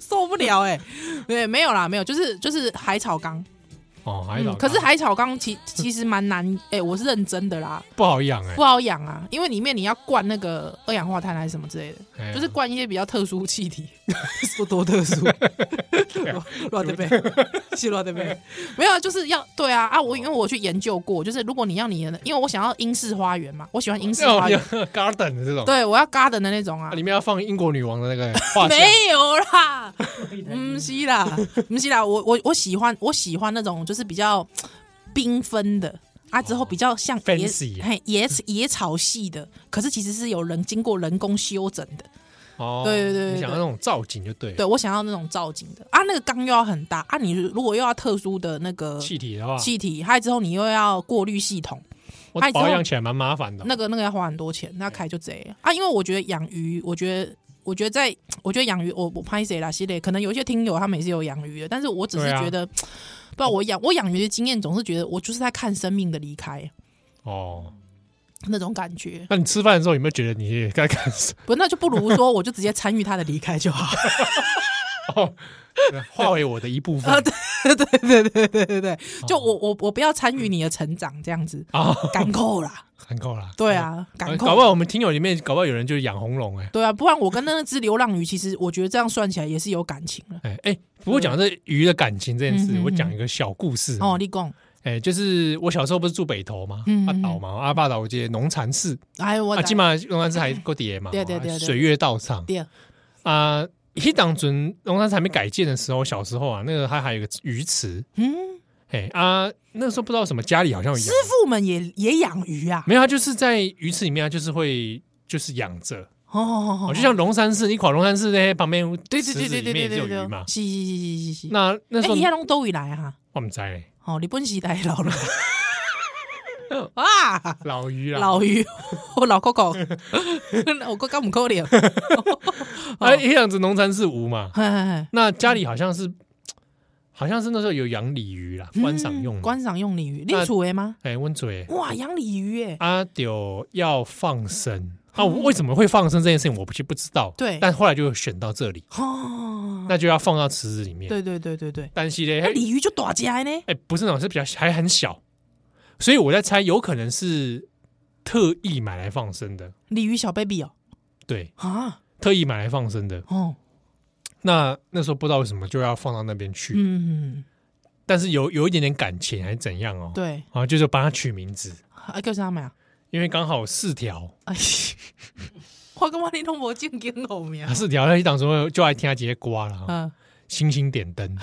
[SPEAKER 3] 受不了哎、对，没有啦，没有，就是就是海草缸，
[SPEAKER 2] 哦，还
[SPEAKER 3] 嗯，可是海草缸其其实蛮难哎、我是认真的啦，
[SPEAKER 2] 不好养哎
[SPEAKER 3] 不，好养啊，因为里面你要灌那个二氧化碳还是什么之类的，
[SPEAKER 2] 哎呀
[SPEAKER 3] 就是灌一些比较特殊气体， 说多特殊，
[SPEAKER 2] 啊
[SPEAKER 3] 乱的呗，是乱的呗，没有，啊，就是要对啊
[SPEAKER 2] 哦
[SPEAKER 3] 啊！我因为我去研究过，就是如果你要你的，因为我想要英式花园嘛，我喜欢英式
[SPEAKER 2] 那我
[SPEAKER 3] 花
[SPEAKER 2] 哦们有
[SPEAKER 3] 园，
[SPEAKER 2] garden 的这种，
[SPEAKER 3] 对我要 garden 的那种
[SPEAKER 2] 啊
[SPEAKER 3] 啊，
[SPEAKER 2] 里面要放英国女王的那 个画像，
[SPEAKER 3] 没有 啦，不是啦，不是啦，我我我喜欢我喜欢那种就是比较缤纷的。啊，之后比较像野
[SPEAKER 2] 哦 Fancy 啊
[SPEAKER 3] 嘿野野草系的，可是其实是有人经过人工修整的，
[SPEAKER 2] 哦，
[SPEAKER 3] 对对对对
[SPEAKER 2] 你想要那种造景就对了，
[SPEAKER 3] 对我想要那种造景的啊，那个缸又要很大啊，你如果又要特殊的那个
[SPEAKER 2] 气体的话，
[SPEAKER 3] 气体，还有之后你又要过滤系统，
[SPEAKER 2] 我
[SPEAKER 3] 还有之后
[SPEAKER 2] 保养起来蛮麻烦的，
[SPEAKER 3] 那个那个要花很多钱，那开就贼啊。因为我觉得养鱼，我觉得我觉得在我觉得养鱼，我我拍谁啦系列，可能有一些听友他们也是有养鱼的，但是我只是
[SPEAKER 2] 对啊
[SPEAKER 3] 觉得，不知道我养我养鱼的经验总是觉得我就是在看生命的离开
[SPEAKER 2] 哦。
[SPEAKER 3] 那种感觉，
[SPEAKER 2] 那你吃饭的时候有没有觉得你也该 看
[SPEAKER 3] 不那就不如说我就直接参与它的离开就好。
[SPEAKER 2] 哦，化为我的一部分
[SPEAKER 3] 啊，对对对对对对对，就我我我不要参与你的成长这样子，
[SPEAKER 2] 啊？
[SPEAKER 3] 赶扣啦。
[SPEAKER 2] 很够啦，
[SPEAKER 3] 对啊，
[SPEAKER 2] 呃，
[SPEAKER 3] 赶
[SPEAKER 2] 搞
[SPEAKER 3] 扣
[SPEAKER 2] 不。好我们听友里面搞不好有人就是养红龙哎
[SPEAKER 3] 对啊，不然我跟那只流浪鱼，其实我觉得这样算起来也是有感情了。
[SPEAKER 2] 哎哎。不过讲这鱼的感情这件
[SPEAKER 3] 嗯
[SPEAKER 2] 事
[SPEAKER 3] 嗯，嗯
[SPEAKER 2] 我讲一个小故事
[SPEAKER 3] 哦，立功，
[SPEAKER 2] 哎、就是我小时候不是住北投嘛，
[SPEAKER 3] 嗯
[SPEAKER 2] 阿岛嘛，阿坝岛街农禅寺，
[SPEAKER 3] 哎，我
[SPEAKER 2] 啊，起码农禅寺还够底嘛，
[SPEAKER 3] 对对对对
[SPEAKER 2] 水月道场
[SPEAKER 3] 第二，
[SPEAKER 2] 啊。一当准农禅寺还没改建的时候，小时候啊，那个它还有一个鱼池，
[SPEAKER 3] 嗯，
[SPEAKER 2] 哎啊，那个时候不知道什么家里好像有
[SPEAKER 3] 师
[SPEAKER 2] 养，
[SPEAKER 3] 傅们也也养鱼啊，
[SPEAKER 2] 没有，它就是在鱼池里面，它就是会就是养着，
[SPEAKER 3] 哦哦
[SPEAKER 2] 哦，
[SPEAKER 3] 哦，
[SPEAKER 2] 就像龙山寺，你垮龙山寺那些旁边
[SPEAKER 3] 对
[SPEAKER 2] 池
[SPEAKER 3] 对
[SPEAKER 2] 子
[SPEAKER 3] 对
[SPEAKER 2] 里
[SPEAKER 3] 对对
[SPEAKER 2] 面也
[SPEAKER 3] 对
[SPEAKER 2] 是有
[SPEAKER 3] 对
[SPEAKER 2] 鱼
[SPEAKER 3] 对，
[SPEAKER 2] 嘛。
[SPEAKER 3] 是是是是是是。
[SPEAKER 2] 那那时
[SPEAKER 3] 哎，
[SPEAKER 2] 候
[SPEAKER 3] 你看龙都以来哈，
[SPEAKER 2] 我们在
[SPEAKER 3] 哦，日本时代老了，哇，
[SPEAKER 2] 老鱼啊啦，
[SPEAKER 3] 老鱼，我老 Coco，我哥刚不可怜，
[SPEAKER 2] 哎，一样子龙山寺无嘛，
[SPEAKER 3] 嘿嘿嘿
[SPEAKER 2] 那家里好像是，好像是那时候有养鲤鱼啦，观赏用
[SPEAKER 3] 嗯
[SPEAKER 2] 的。
[SPEAKER 3] 观赏用鲤鱼，
[SPEAKER 2] 那
[SPEAKER 3] 你楚的吗？
[SPEAKER 2] 哎，温嘴
[SPEAKER 3] 哇，养鲤鱼耶，
[SPEAKER 2] 阿丢要放生啊，我为什么会放生这件事情，我不是不知道。
[SPEAKER 3] 对
[SPEAKER 2] 但后来就选到这里，
[SPEAKER 3] 哦，
[SPEAKER 2] 那就要放到池子里面。
[SPEAKER 3] 对对对对对，
[SPEAKER 2] 但是嘞，
[SPEAKER 3] 那
[SPEAKER 2] 哎
[SPEAKER 3] 鲤鱼就大只的呢。
[SPEAKER 2] 哎，不是那种，是比较还很小，所以我在猜，有可能是特意买来放生的，
[SPEAKER 3] 鲤鱼小 baby 哦，
[SPEAKER 2] 对，
[SPEAKER 3] 啊，
[SPEAKER 2] 特意买来放生的。
[SPEAKER 3] 哦，
[SPEAKER 2] 那那时候不知道为什么就要放到那边去，
[SPEAKER 3] 嗯，
[SPEAKER 2] 但是有有一点点感情还是怎样哦？
[SPEAKER 3] 对，
[SPEAKER 2] 啊，就是帮它取名字，
[SPEAKER 3] 啊，叫啥名？
[SPEAKER 2] 因为刚好四条，
[SPEAKER 3] 哎， 我感觉你拢无正经好 名
[SPEAKER 2] 啊。四条那一档时候就爱听这些瓜了啊，
[SPEAKER 3] 嗯，
[SPEAKER 2] 星星点 灯，什么？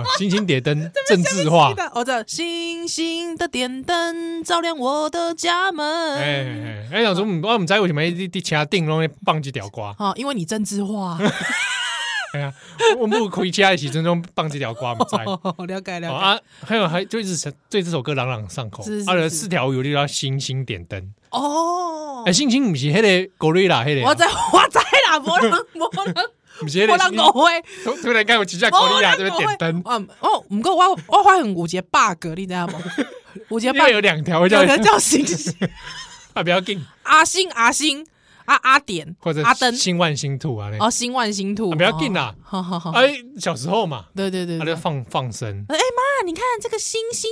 [SPEAKER 2] 啊，星星点灯，政治化
[SPEAKER 3] 是，的我哦这星星的点灯照亮我的家门。
[SPEAKER 2] 哎哎，哎，想说我们我们在为什么一滴其他定拢放几条 瓜？
[SPEAKER 3] 啊，因为你政治化，
[SPEAKER 2] 哎呀，我们回家一起真中放几条瓜，不 在。
[SPEAKER 3] 哦，了解了
[SPEAKER 2] 哦
[SPEAKER 3] 解。
[SPEAKER 2] 啊，还有还就一直对这首歌朗朗上口
[SPEAKER 3] 是是，
[SPEAKER 2] 啊，有
[SPEAKER 3] 是
[SPEAKER 2] 四条有就叫星星点灯，
[SPEAKER 3] 哦
[SPEAKER 2] 哎，，啊星星不是那个 gorilla 那个，
[SPEAKER 3] 我知 我知 啦，无人无人
[SPEAKER 2] 不是
[SPEAKER 3] 无
[SPEAKER 2] 那个
[SPEAKER 3] 人
[SPEAKER 2] 星
[SPEAKER 3] 误会，
[SPEAKER 2] 突突然间有几架
[SPEAKER 3] 无
[SPEAKER 2] gorilla 啊这
[SPEAKER 3] 人
[SPEAKER 2] 边
[SPEAKER 3] 误
[SPEAKER 2] 点
[SPEAKER 3] 会
[SPEAKER 2] 灯。，
[SPEAKER 3] 嗯，哦，不过我我发现有一个 bug，你知道吗？有一 个
[SPEAKER 2] 因为
[SPEAKER 3] bug，
[SPEAKER 2] 有两条叫
[SPEAKER 3] 有 人叫星星
[SPEAKER 2] 啊，不要进，
[SPEAKER 3] 阿星阿星阿阿点
[SPEAKER 2] 或者
[SPEAKER 3] 阿登
[SPEAKER 2] 新万星兔啊，那
[SPEAKER 3] 哦，星万星兔，
[SPEAKER 2] 啊不要紧啦啊
[SPEAKER 3] 哦好好好，
[SPEAKER 2] 哎，小时候嘛，
[SPEAKER 3] 对对对
[SPEAKER 2] 他
[SPEAKER 3] 对
[SPEAKER 2] 就放放生，
[SPEAKER 3] 哎妈，你看这个星 星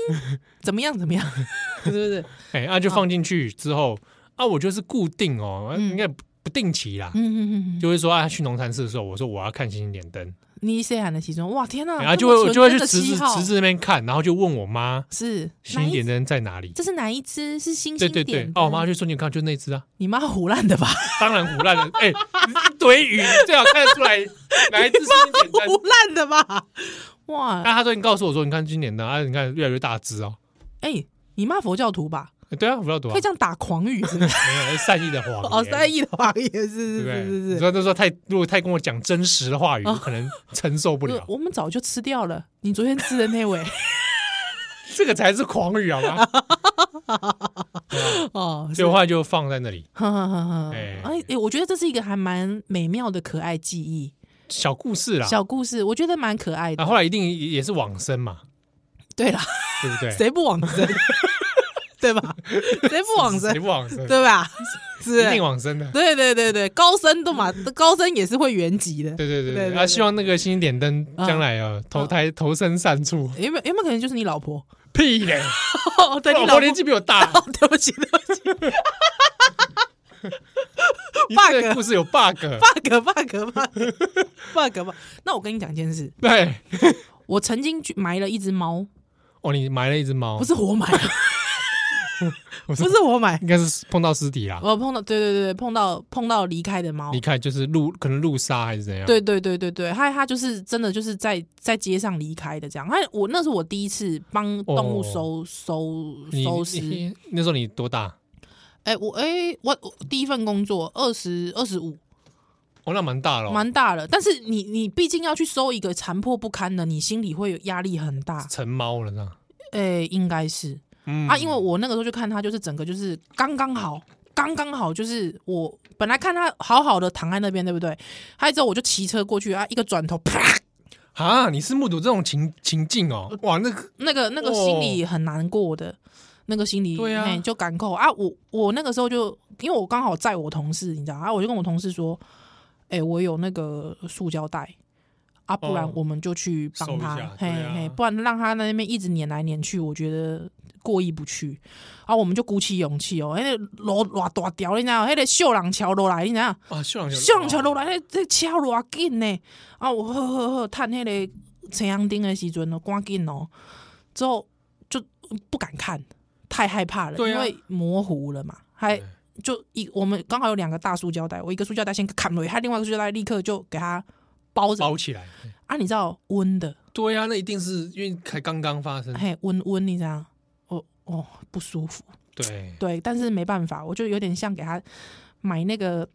[SPEAKER 3] 怎么样怎么样，是不是？
[SPEAKER 2] 哎，啊就放进去之后，啊我就是固定哦，应该不不定期啦，
[SPEAKER 3] 嗯嗯嗯嗯嗯，
[SPEAKER 2] 就会说啊去农禅寺的时候，我说我要看星星点灯，
[SPEAKER 3] 你谁喊的其中？哇天哪，
[SPEAKER 2] 然后啊
[SPEAKER 3] 啊这
[SPEAKER 2] 就
[SPEAKER 3] 么
[SPEAKER 2] 会
[SPEAKER 3] 纯
[SPEAKER 2] 就会去
[SPEAKER 3] 真的
[SPEAKER 2] 池
[SPEAKER 3] 七
[SPEAKER 2] 子
[SPEAKER 3] 号
[SPEAKER 2] 池子那边看，然后就问我妈
[SPEAKER 3] 是
[SPEAKER 2] 星
[SPEAKER 3] 哪
[SPEAKER 2] 星
[SPEAKER 3] 一
[SPEAKER 2] 点灯在哪里。
[SPEAKER 3] 这是哪一只？是星
[SPEAKER 2] 对
[SPEAKER 3] 星
[SPEAKER 2] 对
[SPEAKER 3] 点
[SPEAKER 2] 对
[SPEAKER 3] 的，
[SPEAKER 2] 哦，我妈就说你有看就那只啊，
[SPEAKER 3] 你妈胡 乱的吧？
[SPEAKER 2] 当然腐烂了，哎，一堆鱼，最好看得出来哪一只星星点灯。 啊
[SPEAKER 3] 胡乱的吧？哇，
[SPEAKER 2] 那她最近告诉我说，你看今年的啊，你看越来越大只哦。
[SPEAKER 3] 哎、你妈佛教徒吧？
[SPEAKER 2] 哎对啊，不知道多少
[SPEAKER 3] 会，这样打狂语是 不是？
[SPEAKER 2] 没有善意的谎言，
[SPEAKER 3] 哦，三亿的谎言
[SPEAKER 2] 对
[SPEAKER 3] 是是
[SPEAKER 2] 不对？
[SPEAKER 3] 是
[SPEAKER 2] 你
[SPEAKER 3] 是是。
[SPEAKER 2] 说那时候太，如果太跟我讲真实的话语，我可能承受不了。
[SPEAKER 3] 我们早就吃掉了，你昨天吃的那 位
[SPEAKER 2] 这个才是狂语，好 吗？
[SPEAKER 3] 哦，
[SPEAKER 2] 所以我后来就放在那里，
[SPEAKER 3] 哈哈哈哈！
[SPEAKER 2] 哎
[SPEAKER 3] 哎、哎我觉得这是一个还蛮美妙的可爱记忆
[SPEAKER 2] 小故事啦。
[SPEAKER 3] 小故事，我觉得蛮可爱的。
[SPEAKER 2] 啊啊，后来一定也是往生嘛，
[SPEAKER 3] 对啦，
[SPEAKER 2] 对不对？
[SPEAKER 3] 谁不往 生？对吧？谁不往生
[SPEAKER 2] 谁？不往生？
[SPEAKER 3] 对吧？是
[SPEAKER 2] 一，定往生的。
[SPEAKER 3] 对对对对，高僧都嘛，高僧也是会原籍的。
[SPEAKER 2] 对对对
[SPEAKER 3] 对
[SPEAKER 2] 对，
[SPEAKER 3] 对嗯
[SPEAKER 2] 啊，希望那个星星点灯将来啊，投胎投身善处。
[SPEAKER 3] 有没有有没有可能就是你老婆？
[SPEAKER 2] 屁嘞，
[SPEAKER 3] 哦，对
[SPEAKER 2] 老
[SPEAKER 3] 你老
[SPEAKER 2] 婆
[SPEAKER 3] 婆
[SPEAKER 2] 年纪比我 大，
[SPEAKER 3] 哦，对不起，对不起
[SPEAKER 2] 你这个故事有 bug。
[SPEAKER 3] ，bug bug bug bug bug。那我跟你讲一件事，
[SPEAKER 2] 对，
[SPEAKER 3] 我曾经去埋了一只猫，
[SPEAKER 2] 哦，你埋了一只猫，
[SPEAKER 3] 不是我 买，
[SPEAKER 2] 我
[SPEAKER 3] 不
[SPEAKER 2] 说
[SPEAKER 3] 是我买，
[SPEAKER 2] 应该是碰到尸体啦。
[SPEAKER 3] 我碰到，对对对，碰到碰到离开的猫
[SPEAKER 2] 你，看，就是路可能路杀还是怎样？
[SPEAKER 3] 对对对对对，它它就是真的就是在在街上离开的这样。它我那是我第一次帮动物收、收
[SPEAKER 2] 哦你，
[SPEAKER 3] 收尸。
[SPEAKER 2] 你那时候你多大？
[SPEAKER 3] 哎、我哎、我我第一份工作二十二十五，
[SPEAKER 2] 哦，那蛮大了哦，
[SPEAKER 3] 蛮大了。但是你你毕竟要去收一个残破不堪的，你心里会有压力很大。
[SPEAKER 2] 成猫了这样。
[SPEAKER 3] 哎、应该是
[SPEAKER 2] 嗯
[SPEAKER 3] 啊，因为我那个时候就看它就是整个就是刚刚好。刚刚好，就是我本来看它好好的躺在那边，对不对？还有之后我就骑车过去啊，一个转头，啪，
[SPEAKER 2] 啊，你是目睹这种情情境哦，
[SPEAKER 3] 呃
[SPEAKER 2] 哇，那个
[SPEAKER 3] 那个那个
[SPEAKER 2] 哦
[SPEAKER 3] 心里很难过的，那个心里
[SPEAKER 2] 对啊
[SPEAKER 3] 嘿就感扣啊。我我那个时候就因为我刚好载我同事，你知道啊，我就跟我同事说，哎、我有那个塑胶袋。啊，不然
[SPEAKER 2] 哦
[SPEAKER 3] 我们就去
[SPEAKER 2] 收
[SPEAKER 3] 帮
[SPEAKER 2] 一
[SPEAKER 3] 他，
[SPEAKER 2] 下
[SPEAKER 3] 嘿
[SPEAKER 2] 对啊
[SPEAKER 3] 嘿，不然让他在那边一直撵来撵去，我觉得过意不去。啊，我们就鼓起勇气哦，那个落偌大条，你知道，那个秀朗桥落来，你知道，
[SPEAKER 2] 啊，秀朗桥，
[SPEAKER 3] 上桥落来，迄这车偌紧呢！啊，我好好好，趁迄个青阳顶的时阵哦，赶紧哦，之后就不敢看，太害怕了，
[SPEAKER 2] 对
[SPEAKER 3] 因
[SPEAKER 2] 啊
[SPEAKER 3] 为模糊了嘛，还
[SPEAKER 2] 对
[SPEAKER 3] 就一我们刚好有两个大塑胶袋，我一个塑胶袋先砍了，他另外一个塑胶袋立刻就给它包着
[SPEAKER 2] 包起来。
[SPEAKER 3] 啊，你知道温的，
[SPEAKER 2] 对啊，那一定是因为才刚刚发生。
[SPEAKER 3] 嘿，温温，你知道，哦哦，不舒服，
[SPEAKER 2] 对，
[SPEAKER 3] 对，但是没办法，我就有点像给他买那个。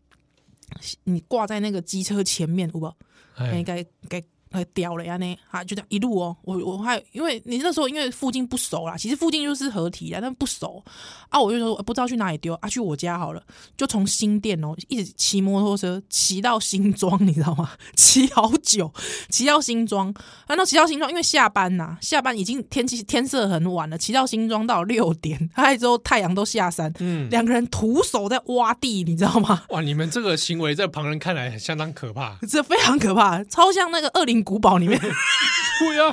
[SPEAKER 3] 你挂在那个机车前面，好不好？哎，
[SPEAKER 2] 哎，
[SPEAKER 3] 给给给掉了呀呢，啊，就这样一路哦，我我还因为你那时候因为附近不熟啦，其实附近就是合体啦，但不熟啊，我就说呃不知道去哪里丢啊，去我家好了，就从新店哦，一直骑摩托车骑到新庄，你知道吗？ 骑好久，骑到新庄，啊，那骑到新庄，因为下班呐、下班已经天气天色很晚了，骑到新庄到六点，还之后太阳都下山，
[SPEAKER 2] 嗯，
[SPEAKER 3] 两个人徒手在挖地，你知道吗？
[SPEAKER 2] 哇，你们这个行为在旁人看来相当可怕。
[SPEAKER 3] 这非常可怕，超像那个《恶灵古堡》里面。
[SPEAKER 2] 对啊，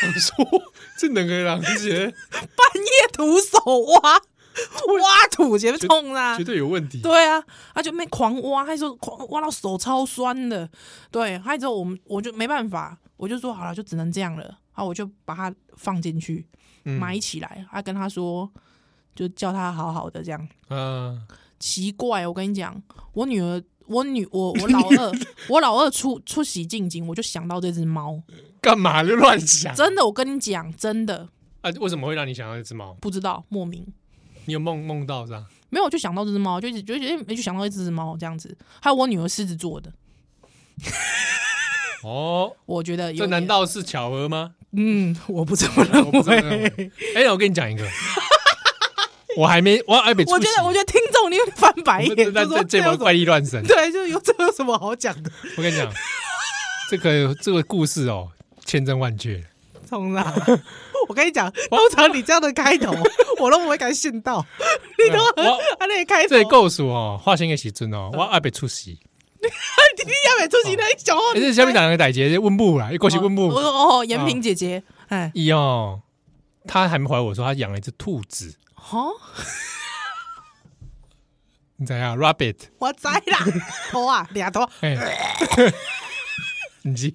[SPEAKER 2] 想说这两个人杰
[SPEAKER 3] 半夜徒手挖挖土，直接痛啦
[SPEAKER 2] 绝！对有问题。
[SPEAKER 3] 啊对啊，他就没狂挖，他说狂挖到手超酸的。对，还之后我们我就没办法，我就说好了，就只能这样了。啊，我就把它放进去
[SPEAKER 2] 嗯
[SPEAKER 3] 埋起来，啊，跟他说，就叫他好好的这样。
[SPEAKER 2] 嗯，
[SPEAKER 3] 奇怪，我跟你讲，我女儿，我女我我老二，我老二出出洗净景，我就想到这只猫，
[SPEAKER 2] 干嘛就乱想？
[SPEAKER 3] 真的，我跟你讲，真的
[SPEAKER 2] 啊，为什么会让你想到这只猫？
[SPEAKER 3] 不知道莫名。
[SPEAKER 2] 你有梦梦到是吧？
[SPEAKER 3] 没有，我就想到这只猫，就一直就就就想到一只猫这样子。还有我女儿狮子座的，
[SPEAKER 2] 哦，
[SPEAKER 3] 我觉得有
[SPEAKER 2] 这
[SPEAKER 3] 点
[SPEAKER 2] 难道是巧合吗？
[SPEAKER 3] 嗯，我不这么
[SPEAKER 2] 我
[SPEAKER 3] 认
[SPEAKER 2] 哦不知道
[SPEAKER 3] 为。
[SPEAKER 2] 哎、那我跟你讲一个，我还没，我还没出席。
[SPEAKER 3] 我觉得，我觉得听众你有点翻白眼，
[SPEAKER 2] 这
[SPEAKER 3] 就
[SPEAKER 2] 这
[SPEAKER 3] 说
[SPEAKER 2] 这这
[SPEAKER 3] 有
[SPEAKER 2] 帮
[SPEAKER 3] 什么
[SPEAKER 2] 怪力乱神。
[SPEAKER 3] 对，就是有这有什么好讲的？
[SPEAKER 2] 我跟你讲，这个这个故事哦，千真万确。
[SPEAKER 3] 冲啦！ 我跟你讲，通常你这样的开头， 我都不会敢 信到。你都
[SPEAKER 2] 我
[SPEAKER 3] 啊，那个开头，
[SPEAKER 2] 这
[SPEAKER 3] 你
[SPEAKER 2] 个故事哦，发生的时阵哦，我还没出席。
[SPEAKER 3] 你要没出席那一小号
[SPEAKER 2] 哎、，这下面两个代志，问母啦，过去问
[SPEAKER 3] 我
[SPEAKER 2] 母。
[SPEAKER 3] 哦，延平姐姐，哎，
[SPEAKER 2] 伊哦，他还没回我说他养了一只兔子，啊
[SPEAKER 3] 哦，
[SPEAKER 2] 你怎样？Rabbit。
[SPEAKER 3] 我知 啦，头啊，俩头，
[SPEAKER 2] 哎、你知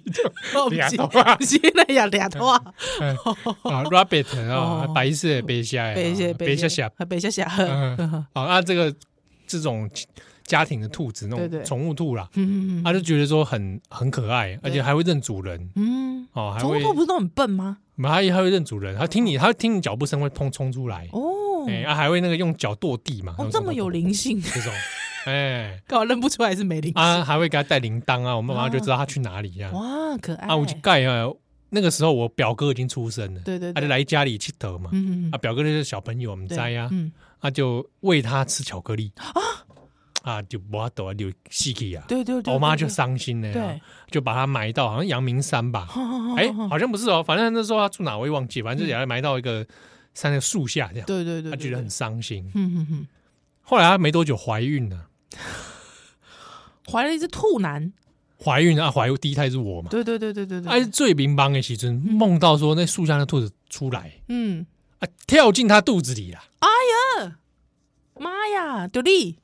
[SPEAKER 2] 道
[SPEAKER 3] 我 不
[SPEAKER 2] 俩
[SPEAKER 3] 是
[SPEAKER 2] 头啊
[SPEAKER 3] 不是那呀，俩头 啊，
[SPEAKER 2] 哎 啊，rabbit 啊
[SPEAKER 3] 哦，
[SPEAKER 2] 白色的白虾的，
[SPEAKER 3] 北谢
[SPEAKER 2] 啊白
[SPEAKER 3] 北
[SPEAKER 2] 虾虾。
[SPEAKER 3] 北谢谢，
[SPEAKER 2] 嗯
[SPEAKER 3] 嗯
[SPEAKER 2] 好，那这个这种家庭的兔子，那
[SPEAKER 3] 对
[SPEAKER 2] 种
[SPEAKER 3] 对
[SPEAKER 2] 宠物兔啦，
[SPEAKER 3] 嗯
[SPEAKER 2] 他就觉得说很很可爱，而且还会认主人
[SPEAKER 3] 嗯，
[SPEAKER 2] 哦，还
[SPEAKER 3] 宠
[SPEAKER 2] 会
[SPEAKER 3] 物不是都很笨吗？
[SPEAKER 2] 它还还会认主人，它听你它听你脚步声会冲冲出来，
[SPEAKER 3] 哦，
[SPEAKER 2] 哎，啊还会那个用脚跺地嘛，
[SPEAKER 3] 哦，这么有灵性，
[SPEAKER 2] 这 种，哎
[SPEAKER 3] 刚好认不出来是没灵性。
[SPEAKER 2] 啊还会给它带铃铛啊，我妈妈就知道它去哪里呀。
[SPEAKER 3] 哦哇，可爱嗯
[SPEAKER 2] 啊，我去盖啊，那个时候我表哥已经出生了，
[SPEAKER 3] 对对
[SPEAKER 2] 他
[SPEAKER 3] 对
[SPEAKER 2] 就来家里去得嘛，
[SPEAKER 3] 嗯，
[SPEAKER 2] 啊，表哥就是小朋友，我们
[SPEAKER 3] 对
[SPEAKER 2] 摘呀，
[SPEAKER 3] 嗯，
[SPEAKER 2] 他啊就喂他吃巧克力啊啊，就我抖啊，就细气啊，
[SPEAKER 3] 对对对，
[SPEAKER 2] 我妈就
[SPEAKER 3] 对
[SPEAKER 2] 伤心了呀
[SPEAKER 3] 对，
[SPEAKER 2] 就把他埋到好像阳明山 吧，哎，好像不是哦，反正那时候他住哪我也忘记，反正就给他埋到一个山的树下这样，
[SPEAKER 3] 嗯对对对，
[SPEAKER 2] 他
[SPEAKER 3] 对
[SPEAKER 2] 觉得很，伤心。
[SPEAKER 3] 嗯嗯嗯，
[SPEAKER 2] 后来他没多久怀孕了，
[SPEAKER 3] 怀了一只兔男，
[SPEAKER 2] 怀孕了啊，怀第一胎是我嘛，
[SPEAKER 3] 对对对对对对，
[SPEAKER 2] 哎，最民邦的其中梦到说那树下的兔子出来。
[SPEAKER 3] 嗯，
[SPEAKER 2] 啊，跳进他肚子里了
[SPEAKER 3] 妈呀，丢力，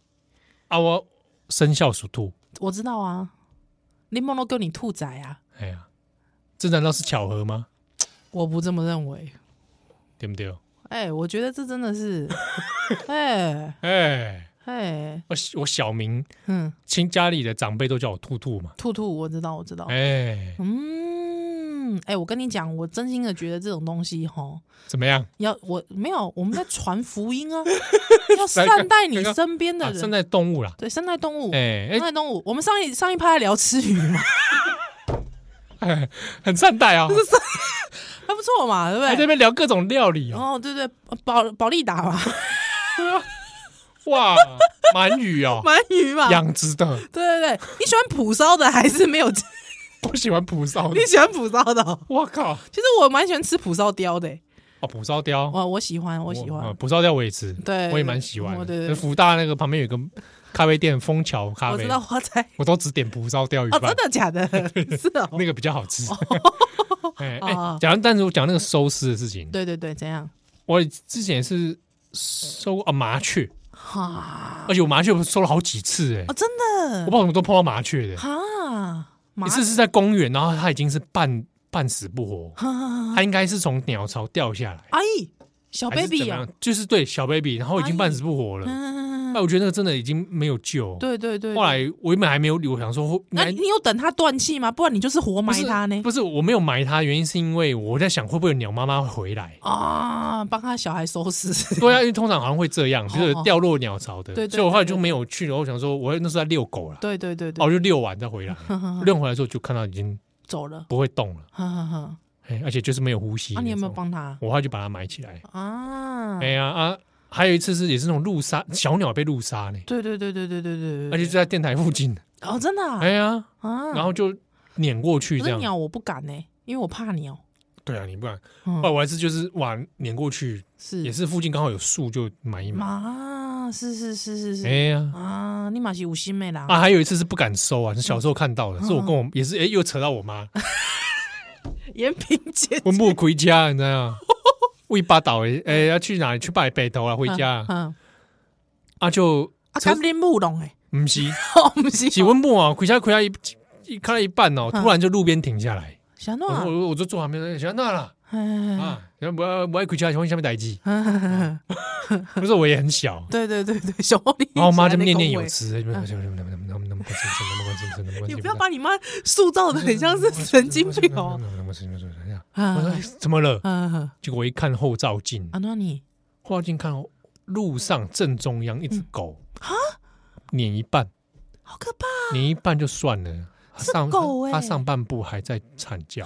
[SPEAKER 2] 啊！我生肖属兔，
[SPEAKER 3] 我知道啊，林梦都跟你兔仔啊，
[SPEAKER 2] 哎呀，这难道是巧合吗？
[SPEAKER 3] 我不这么认为，
[SPEAKER 2] 对哦不对？
[SPEAKER 3] 哎，我觉得这真的 是，哎
[SPEAKER 2] 哎，
[SPEAKER 3] 哎，
[SPEAKER 2] 我我小名
[SPEAKER 3] 嗯，
[SPEAKER 2] 亲家里的长辈都叫我兔兔嘛，
[SPEAKER 3] 兔兔，我知道我知道，
[SPEAKER 2] 哎，
[SPEAKER 3] 嗯，哎，我跟你讲，我真心的觉得这种东西哈，
[SPEAKER 2] 怎么样？
[SPEAKER 3] 要我没有，我们在传福音 啊，要善待你身边的
[SPEAKER 2] 啊，
[SPEAKER 3] 人，
[SPEAKER 2] 生在动物啦，
[SPEAKER 3] 对善待动物，
[SPEAKER 2] 哎哎
[SPEAKER 3] 善待动物。我们上一上一趴在聊吃鱼嘛，
[SPEAKER 2] 哎，很善待 啊，
[SPEAKER 3] 还不错嘛，对
[SPEAKER 2] 还在
[SPEAKER 3] 不
[SPEAKER 2] 那
[SPEAKER 3] 对？
[SPEAKER 2] 边聊各种料理哦，
[SPEAKER 3] 哦，对对，保保利达嘛，
[SPEAKER 2] 哇，鳗鱼哦，
[SPEAKER 3] 鳗鱼嘛，
[SPEAKER 2] 养殖的，
[SPEAKER 3] 对对对，你喜欢蒲烧的还是没有？ 你
[SPEAKER 2] 我喜欢蒲烧的，
[SPEAKER 3] 喜欢蒲烧的哦、
[SPEAKER 2] 我靠，
[SPEAKER 3] 其实我蛮喜欢吃蒲烧雕的、欸，
[SPEAKER 2] 哦，蒲烧雕，
[SPEAKER 3] 我我喜欢，我喜
[SPEAKER 2] 啊
[SPEAKER 3] 欢。
[SPEAKER 2] 蒲烧雕我也吃，
[SPEAKER 3] 对
[SPEAKER 2] 我也蛮喜欢
[SPEAKER 3] 我
[SPEAKER 2] 的，
[SPEAKER 3] 对对
[SPEAKER 2] 就福大那个旁边有个咖啡店，枫桥咖
[SPEAKER 3] 我
[SPEAKER 2] 啡
[SPEAKER 3] 知，道花 仔
[SPEAKER 2] 我都只点蒲烧鲷鱼
[SPEAKER 3] 哦，
[SPEAKER 2] 饭，
[SPEAKER 3] 真的 假的？是哦，
[SPEAKER 2] 那个比较好吃。 哎哎
[SPEAKER 3] 哦，
[SPEAKER 2] 讲到但是我讲那个收尸的事情，
[SPEAKER 3] 对对对，怎样？
[SPEAKER 2] 我之前也是收啊麻雀，
[SPEAKER 3] 哈
[SPEAKER 2] 而且我麻雀收了好几次哎、
[SPEAKER 3] 哦，真的
[SPEAKER 2] 我不知道怎么都碰到麻雀的。
[SPEAKER 3] 哈，麻
[SPEAKER 2] 一次是在公园，然后它已经是半半死不活，
[SPEAKER 3] 哈哈哈
[SPEAKER 2] 它应该是从鸟巢掉下来，
[SPEAKER 3] 阿姨小
[SPEAKER 2] 还是
[SPEAKER 3] baby
[SPEAKER 2] 怎么
[SPEAKER 3] 啊
[SPEAKER 2] 样，就是对小 baby，然后已经半死不活了。
[SPEAKER 3] 嗯，
[SPEAKER 2] 那我觉得那个真的已经没有救。
[SPEAKER 3] 对对对。对
[SPEAKER 2] 后，来我原本还没有理，我想说会，
[SPEAKER 3] 那
[SPEAKER 2] 应该
[SPEAKER 3] 你有等它断气吗？不然你就是活埋
[SPEAKER 2] 不是
[SPEAKER 3] 它呢。
[SPEAKER 2] 不是，我没有埋它，原因是因为我在想会不会有鸟妈妈回来。
[SPEAKER 3] 啊，帮他小孩收拾。
[SPEAKER 2] 对啊，因为通常好像会这样，
[SPEAKER 3] 哦
[SPEAKER 2] 就是掉落鸟巢的，
[SPEAKER 3] 对对
[SPEAKER 2] 所以我后来就没有去了。我想说，我那时候在遛狗了，
[SPEAKER 3] 对对对
[SPEAKER 2] 哦，
[SPEAKER 3] 对，
[SPEAKER 2] 我就遛完再回 来，遛回来之后就看到已经
[SPEAKER 3] 走了。
[SPEAKER 2] 不会动了，
[SPEAKER 3] 哈哈哈。
[SPEAKER 2] 哎，而且就是没有呼吸。
[SPEAKER 3] 啊，你有没有？帮他
[SPEAKER 2] 我后来就把它埋起来。
[SPEAKER 3] 啊？
[SPEAKER 2] 哎呀啊，还有一次是也是那种路杀，小鸟被路杀呢，
[SPEAKER 3] 对对对对对对对
[SPEAKER 2] 而
[SPEAKER 3] 对，
[SPEAKER 2] 且就在电台附近。
[SPEAKER 3] 哦，真的啊
[SPEAKER 2] 哎呀，
[SPEAKER 3] 啊，
[SPEAKER 2] 然后就撵过去
[SPEAKER 3] 可
[SPEAKER 2] 这
[SPEAKER 3] 是
[SPEAKER 2] 样。
[SPEAKER 3] 鸟我不敢呢，因为我怕鸟。
[SPEAKER 2] 对啊，你不然，
[SPEAKER 3] 嗯
[SPEAKER 2] 后来我还是就是哇撵过去，
[SPEAKER 3] 是
[SPEAKER 2] 也是附近刚好有树就埋一埋。
[SPEAKER 3] 嘛，是是是是
[SPEAKER 2] 哎
[SPEAKER 3] 是
[SPEAKER 2] 呀。
[SPEAKER 3] 啊，你嘛是五星妹啦。
[SPEAKER 2] 啊，还有一次是不敢收啊，是小时
[SPEAKER 3] 嗯
[SPEAKER 2] 候看到的，是我跟我也是，哎、又扯到我妈，
[SPEAKER 3] 啊延平姐
[SPEAKER 2] 我不回家，你知道吗？ 喂巴岛诶，哎、要去哪里？去拜北头啊，回家啊，
[SPEAKER 3] 嗯，
[SPEAKER 2] 啊就
[SPEAKER 3] 啊，
[SPEAKER 2] 车
[SPEAKER 3] 甘霖木龙哎，
[SPEAKER 2] 不是，
[SPEAKER 3] 哦，不是
[SPEAKER 2] 是温木啊，回家回家一一看到一半哦，
[SPEAKER 3] 嗯
[SPEAKER 2] 突然就路边停下来，
[SPEAKER 3] 小
[SPEAKER 2] 我
[SPEAKER 3] 诺，
[SPEAKER 2] 我我就坐旁边说小娜啦
[SPEAKER 3] 哎
[SPEAKER 2] 啊，然后不要不爱回家，欢迎下面待机。
[SPEAKER 3] 哎，
[SPEAKER 2] 不是我也很小，
[SPEAKER 3] 对对对对，小诺，
[SPEAKER 2] 然后我妈
[SPEAKER 3] 就
[SPEAKER 2] 就念念有词，什么什么什么什么什么什么什么关心什么关心什么关
[SPEAKER 3] 你
[SPEAKER 2] 心，
[SPEAKER 3] 不要把你妈塑造的很像是神经病哦。
[SPEAKER 2] 我说
[SPEAKER 3] 啊啊
[SPEAKER 2] 怎么了？
[SPEAKER 3] 啊！
[SPEAKER 2] 结果我一看后照镜，
[SPEAKER 3] 阿诺你
[SPEAKER 2] 后照镜看路上正中央一只狗，碾一半，
[SPEAKER 3] 好可怕！
[SPEAKER 2] 碾一半就算了，它
[SPEAKER 3] 是
[SPEAKER 2] 上
[SPEAKER 3] 狗欸啊
[SPEAKER 2] 它上半部还在惨叫，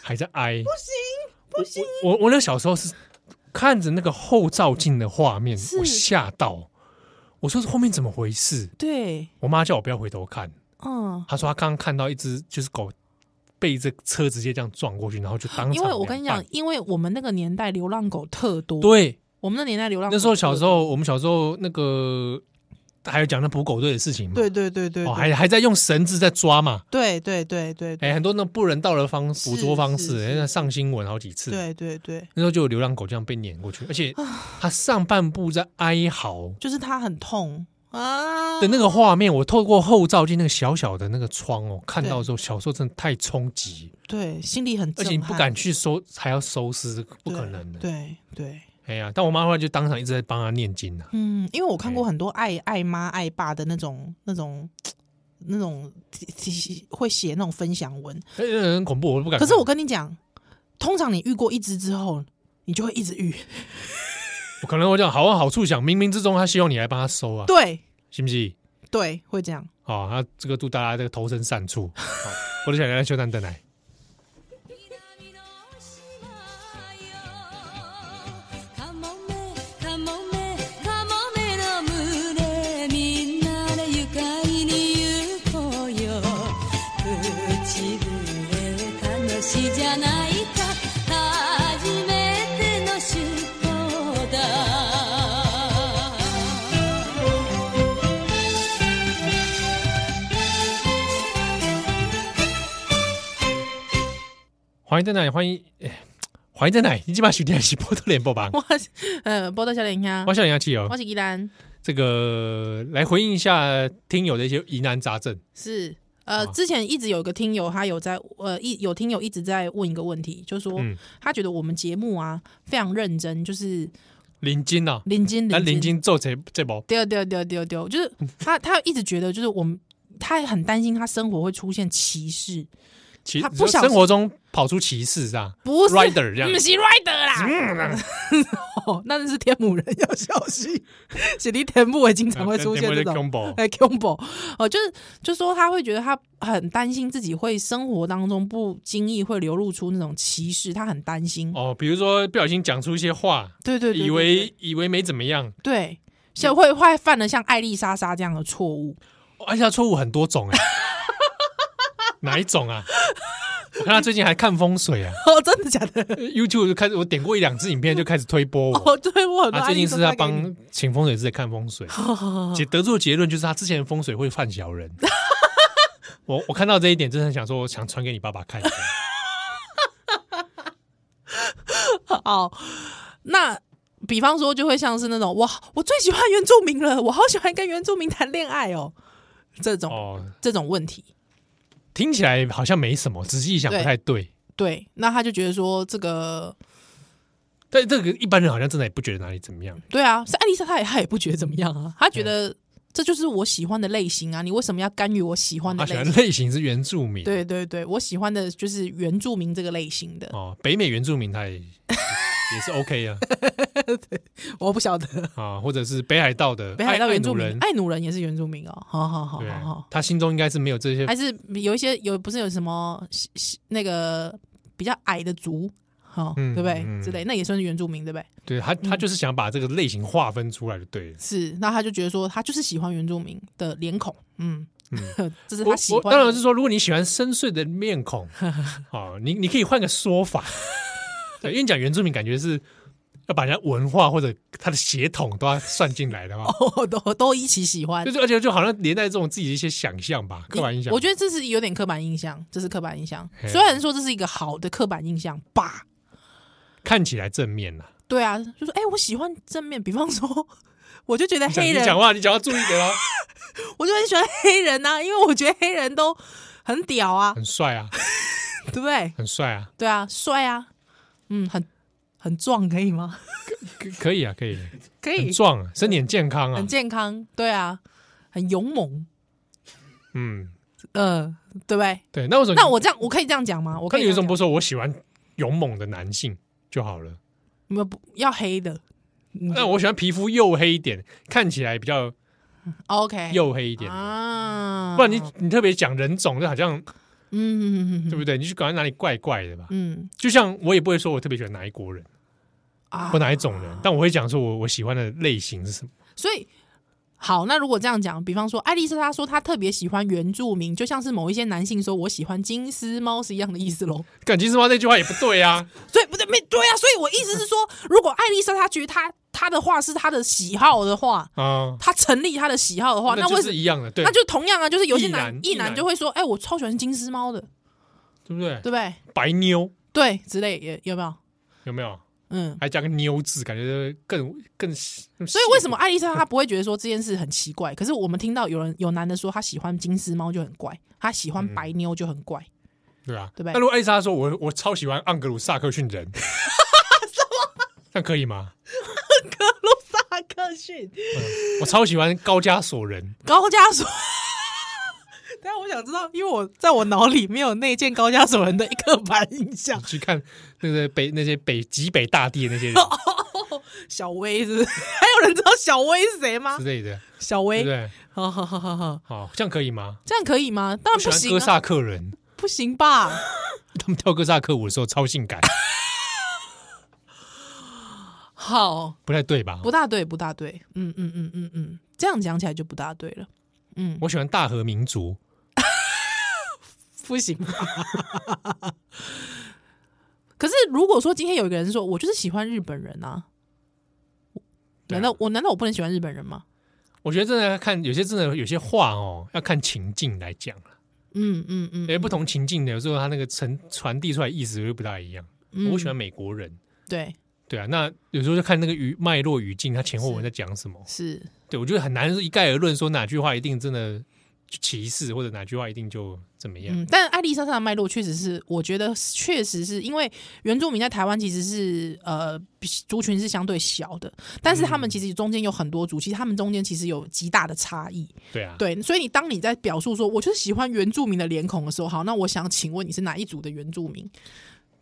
[SPEAKER 2] 还在哀，
[SPEAKER 3] 不行，不行，
[SPEAKER 2] 我我那小时候是看着那个后照镜的画面
[SPEAKER 3] 是，
[SPEAKER 2] 我吓到，我说后面怎么回事？
[SPEAKER 3] 对，
[SPEAKER 2] 我妈叫我不要回头看，
[SPEAKER 3] 嗯，
[SPEAKER 2] 她说她刚刚看到一只就是狗被这车直接这样撞过去，然后就当场
[SPEAKER 3] 因为我跟你
[SPEAKER 2] 两
[SPEAKER 3] 讲
[SPEAKER 2] 半，，
[SPEAKER 3] 因为我们那个年代流浪狗特多，，
[SPEAKER 2] 对，
[SPEAKER 3] 我们那年代流浪狗
[SPEAKER 2] 那时候小
[SPEAKER 3] 特
[SPEAKER 2] 时候我们小时候那个还有讲那捕狗队的事情嘛，
[SPEAKER 3] 多，对对对对，
[SPEAKER 2] 哦，
[SPEAKER 3] 对
[SPEAKER 2] 还还在用绳子在抓嘛，
[SPEAKER 3] 对对对对
[SPEAKER 2] 哎，很多那种不人道的方
[SPEAKER 3] 是
[SPEAKER 2] 捕捉方
[SPEAKER 3] 是
[SPEAKER 2] 式，
[SPEAKER 3] 是
[SPEAKER 2] 哎那上新闻好几次，
[SPEAKER 3] 对啊对对，
[SPEAKER 2] 那时候就有流浪狗这样被撵过去，而且它上半部在哀嚎。
[SPEAKER 3] 就是它很痛啊
[SPEAKER 2] 的那个画面，我透过后照镜那个小小的那个窗哦，看到的时候，小时候真的太冲击，
[SPEAKER 3] 对，心里很
[SPEAKER 2] 而
[SPEAKER 3] 震撼，
[SPEAKER 2] 且你不敢去收，还要收尸，不可能的。
[SPEAKER 3] 对对对，
[SPEAKER 2] 哎呀，但我妈后来就当场一直在帮她念经啊，
[SPEAKER 3] 嗯，因为我看过
[SPEAKER 2] 哎
[SPEAKER 3] 很多爱爱妈爱爸的那种那种那种会写那种分享文，
[SPEAKER 2] 哎很恐怖，我都不敢
[SPEAKER 3] 可
[SPEAKER 2] 看。
[SPEAKER 3] 是我跟你讲，通常你遇过一只之后，你就会一直遇，
[SPEAKER 2] 我可能我讲好往好处想，冥冥之中她希望你来帮她收啊，
[SPEAKER 3] 对
[SPEAKER 2] 信不信？
[SPEAKER 3] 对，会这样。
[SPEAKER 2] 哦，她这个祝大家这个投身善处。好我就想来修蛋蛋来，
[SPEAKER 1] 南の島よカモメカモメカモメの群れみんなで愉快に行こうよ口笛楽しいじゃないか初めての出港だ
[SPEAKER 2] 欢迎蛋奶，欢迎，哎欢迎蛋奶，你今晚收听的是波特联播吧？
[SPEAKER 3] 我呃，波多小脸呀
[SPEAKER 2] 我，想要去哦
[SPEAKER 3] 我，是依兰，
[SPEAKER 2] 这个来回应一下听友的一些疑难杂症。
[SPEAKER 3] 是呃，
[SPEAKER 2] 好
[SPEAKER 3] 之前一直有一个听友，他有在呃一有听友一直在问一个问题，就是说、
[SPEAKER 2] 嗯
[SPEAKER 3] 他觉得我们节目啊非常认真，就是
[SPEAKER 2] 林金啊，
[SPEAKER 3] 临近
[SPEAKER 2] 那林
[SPEAKER 3] 近，
[SPEAKER 2] 金做这这波，
[SPEAKER 3] 丢丢丢丢丢，就是他他一直觉得就是我们。他很担心他生活会出现歧视，
[SPEAKER 2] 其
[SPEAKER 3] 他不
[SPEAKER 2] 你说
[SPEAKER 3] 小心
[SPEAKER 2] 生活中跑出歧视是吧？
[SPEAKER 3] 不是
[SPEAKER 2] Rider 这样
[SPEAKER 3] 不是 rider 啦，哦，那是天母人要小心，雪地天母也经常会出 现这种。
[SPEAKER 2] combo，
[SPEAKER 3] 哎 c o m b o 哦，就是就说他会觉得他很担心自己会生活当中不经意会流露出那种歧视，他很担心。
[SPEAKER 2] 哦，比如说不小心讲出一些话，
[SPEAKER 3] 对对对对
[SPEAKER 2] 以为以为没怎么样，
[SPEAKER 3] 对对，像会会犯了像艾丽莎莎这样的错误。
[SPEAKER 2] 哦而且他错误很多 种哎，哪一种啊？我看他最近还看风水 啊
[SPEAKER 3] 哦，真的假的？
[SPEAKER 2] ，YouTube 就开始我点过一两支影片就开始推播我。
[SPEAKER 3] 哦，对我很
[SPEAKER 2] 他
[SPEAKER 3] 多艾
[SPEAKER 2] 啊最
[SPEAKER 3] 丽
[SPEAKER 2] 近
[SPEAKER 3] 莎
[SPEAKER 2] 是
[SPEAKER 3] 莎
[SPEAKER 2] 在
[SPEAKER 3] 给你。
[SPEAKER 2] 帮请风水师看风水，结得出的结论就是他之前的风水会犯小 人。我我看到这一点，真的很想说，我想传给你爸爸看一 下。
[SPEAKER 3] 哦，那比方说就会像是那种哇，我最喜欢原住民了，我好喜欢跟原住民谈恋爱哦，这种、
[SPEAKER 2] 哦，
[SPEAKER 3] 这种问题。
[SPEAKER 2] 听起来好像没什么，仔细一想不太对。
[SPEAKER 3] 对，那他就觉得说这个
[SPEAKER 2] 但这个一般人好像真的也不觉得哪里怎么样。
[SPEAKER 3] 对啊，是艾丽莎，她也她也不觉得怎么样啊，她觉得
[SPEAKER 2] 哎
[SPEAKER 3] 这就是我喜欢的类型啊，你为什么要干预我喜欢的
[SPEAKER 2] 哦啊他喜
[SPEAKER 3] 类
[SPEAKER 2] 欢
[SPEAKER 3] 型？
[SPEAKER 2] 类型是原住民，
[SPEAKER 3] 对对对，我喜欢的就是原住民这个类型的，
[SPEAKER 2] 哦，北美原住民他 也也是 OK 啊
[SPEAKER 3] 我不晓得
[SPEAKER 2] 啊，或者是北海道的
[SPEAKER 3] 北海道
[SPEAKER 2] 爱
[SPEAKER 3] 原住
[SPEAKER 2] 爱奴
[SPEAKER 3] 民
[SPEAKER 2] 人，
[SPEAKER 3] 爱努人也是原住民哦，好好好
[SPEAKER 2] 对
[SPEAKER 3] 好哎好，，
[SPEAKER 2] 他心中应该是没有这些
[SPEAKER 3] 还是有一些有不是有什么西西那个比较矮的族，好、
[SPEAKER 2] 嗯
[SPEAKER 3] 对不对？
[SPEAKER 2] 嗯
[SPEAKER 3] 之类，那也算是原住民对不对？
[SPEAKER 2] 对他
[SPEAKER 3] 嗯
[SPEAKER 2] 他就是想把这个类型划分出来就对了。
[SPEAKER 3] 是，那他就觉得说他就是喜欢原住民的脸孔，嗯， 这是
[SPEAKER 2] 我
[SPEAKER 3] 他喜
[SPEAKER 2] 我
[SPEAKER 3] 欢的。
[SPEAKER 2] 当然 是说，如果你喜欢深邃的面孔，哦，你你可以换个说法，对，因为讲原住民感觉是要把人家文化或者他的血统都要算进来的嘛，
[SPEAKER 3] 哦都都一起喜欢
[SPEAKER 2] 就，是而且就好像连带这种自己的一些想象吧，刻板印象。
[SPEAKER 3] 我觉得这是有点刻板印象，这是刻板印象。
[SPEAKER 2] 嘿
[SPEAKER 3] 虽然说这是一个好的刻板印象吧，
[SPEAKER 2] 看起来正面啦，
[SPEAKER 3] 对啊，就是哎、我喜欢正面，比方说，我就觉得
[SPEAKER 2] 你讲
[SPEAKER 3] 黑
[SPEAKER 2] 你
[SPEAKER 3] 人，
[SPEAKER 2] 讲话你讲话注意点哦，
[SPEAKER 3] 我就很喜欢黑人呐、因为我觉得黑人都很屌啊，
[SPEAKER 2] 很帅啊，
[SPEAKER 3] 对不对？
[SPEAKER 2] 很帅啊，
[SPEAKER 3] 对啊，帅啊，嗯，很很壮，可以吗？
[SPEAKER 2] 可可以啊，可以，
[SPEAKER 3] 可
[SPEAKER 2] 很
[SPEAKER 3] 以，
[SPEAKER 2] 壮啊，身体很健康啊
[SPEAKER 3] 很，健康，对啊，很勇猛，
[SPEAKER 2] 嗯，
[SPEAKER 3] 呃，对不对？
[SPEAKER 2] 对。那为什么你？
[SPEAKER 3] 那我这样，我可以这样讲吗？我可
[SPEAKER 2] 那
[SPEAKER 3] 以
[SPEAKER 2] 你为
[SPEAKER 3] 这样
[SPEAKER 2] 什
[SPEAKER 3] 讲
[SPEAKER 2] 么不说我喜欢勇猛的男性就好了？
[SPEAKER 3] 没有不要黑的
[SPEAKER 2] 那我喜欢皮肤黝黑一点，看起来比较
[SPEAKER 3] 哦，OK，
[SPEAKER 2] 黝黑一点。
[SPEAKER 3] 哎啊，
[SPEAKER 2] 不然你你特别讲人种，那好像
[SPEAKER 3] 嗯嗯嗯
[SPEAKER 2] 对
[SPEAKER 3] 嗯
[SPEAKER 2] 不对？你就感觉哪里怪怪的吧？
[SPEAKER 3] 嗯
[SPEAKER 2] 就像我也不会说我特别喜欢哪一国人
[SPEAKER 3] 啊
[SPEAKER 2] 或，哪一种人，但我会讲说我我喜欢的类型是什么。
[SPEAKER 3] 所以。好，那如果这样讲，比方说，爱丽丝她说她特别喜欢原住民，就像是某一些男性说我喜欢金丝猫是一样的意思喽。
[SPEAKER 2] 感情是吗？那句话也不对啊。
[SPEAKER 3] 所以不对，没对啊。所以我意思是说，如果爱丽莎她觉得她她的话是她的喜好的话，
[SPEAKER 2] 啊，
[SPEAKER 3] 她成立她的喜好的话，那
[SPEAKER 2] 就
[SPEAKER 3] 为什
[SPEAKER 2] 是一样的，对，
[SPEAKER 3] 那就同样啊，就是有些
[SPEAKER 2] 意男
[SPEAKER 3] 男
[SPEAKER 2] 意
[SPEAKER 3] 一男
[SPEAKER 2] 男
[SPEAKER 3] 就会说，哎、我超喜欢金丝猫的，
[SPEAKER 2] 对不对？
[SPEAKER 3] 对不对？
[SPEAKER 2] 白妞
[SPEAKER 3] 对，之类也有没有？
[SPEAKER 2] 有没有？
[SPEAKER 3] 嗯，
[SPEAKER 2] 还加个妞字，感觉更更。
[SPEAKER 3] 所
[SPEAKER 2] 所
[SPEAKER 3] 以为什么爱丽莎她不会觉得说这件事很奇怪？可是我们听到有人有男的说他喜欢金丝猫就很怪，他喜欢白妞就很怪，
[SPEAKER 2] 对啊，
[SPEAKER 3] 对吧
[SPEAKER 2] 那如果艾莎说我我超喜欢盎格鲁撒克逊 人，那可以吗？
[SPEAKER 3] 萨克逊
[SPEAKER 2] 嗯我超喜欢高加索人，
[SPEAKER 3] 高加索。但我想知道，因为我在我脑里没有那件高加索人的一刻板印象
[SPEAKER 2] 你， 去看那个北那些北极北大地的 那些
[SPEAKER 3] 哦
[SPEAKER 2] 人
[SPEAKER 3] 小薇是不是？还有人知道小薇是谁吗
[SPEAKER 2] 之？类的，
[SPEAKER 3] 小
[SPEAKER 2] 对不
[SPEAKER 3] 薇，
[SPEAKER 2] 对？
[SPEAKER 3] 好好好好好，
[SPEAKER 2] 好，这样可以吗？
[SPEAKER 3] 这样可以吗？当
[SPEAKER 2] 我
[SPEAKER 3] 然
[SPEAKER 2] 喜
[SPEAKER 3] 不
[SPEAKER 2] 欢
[SPEAKER 3] 行、
[SPEAKER 2] 哥
[SPEAKER 3] 啊，
[SPEAKER 2] 萨克人，
[SPEAKER 3] 不行吧？
[SPEAKER 2] 他们跳哥萨克舞的时候超性感，
[SPEAKER 3] 好，
[SPEAKER 2] 不太对吧？
[SPEAKER 3] 不大对，不大对，嗯嗯嗯嗯嗯，这样讲起来就不大对了，嗯，
[SPEAKER 2] 我喜欢大和民族，
[SPEAKER 3] 不行吧？ 可是如果说今天有一个人说我就是喜欢日本人啊，
[SPEAKER 2] 对啊
[SPEAKER 3] 难道我难道我不能喜欢日本人吗？
[SPEAKER 2] 我觉得真的要看有些真的有些话哦，要看情境来讲了，
[SPEAKER 3] 嗯嗯嗯
[SPEAKER 2] 因，为不同情境的有时候他那个传传递出来的意思就不大一样。
[SPEAKER 3] 嗯
[SPEAKER 2] 我喜欢美国人，
[SPEAKER 3] 对，
[SPEAKER 2] 对啊，那有时候就看那个语脉络语境，他前后文在讲什么。
[SPEAKER 3] 是
[SPEAKER 2] 对，我觉得很难一概而论，说哪句话一定真的歧视，或者哪句话一定就怎么样。
[SPEAKER 3] 嗯，但艾丽莎莎的脉络确实是，我觉得确实是因为原住民在台湾其实是呃比族群是相对小的，但是他
[SPEAKER 2] 嗯
[SPEAKER 3] 们其实中间有很多族，其实他们中间其实有极大的差异。
[SPEAKER 2] 对啊，
[SPEAKER 3] 对，所以你当你在表述说我就是喜欢原住民的脸孔的时候，好，那我想请问你是哪一组的原住民？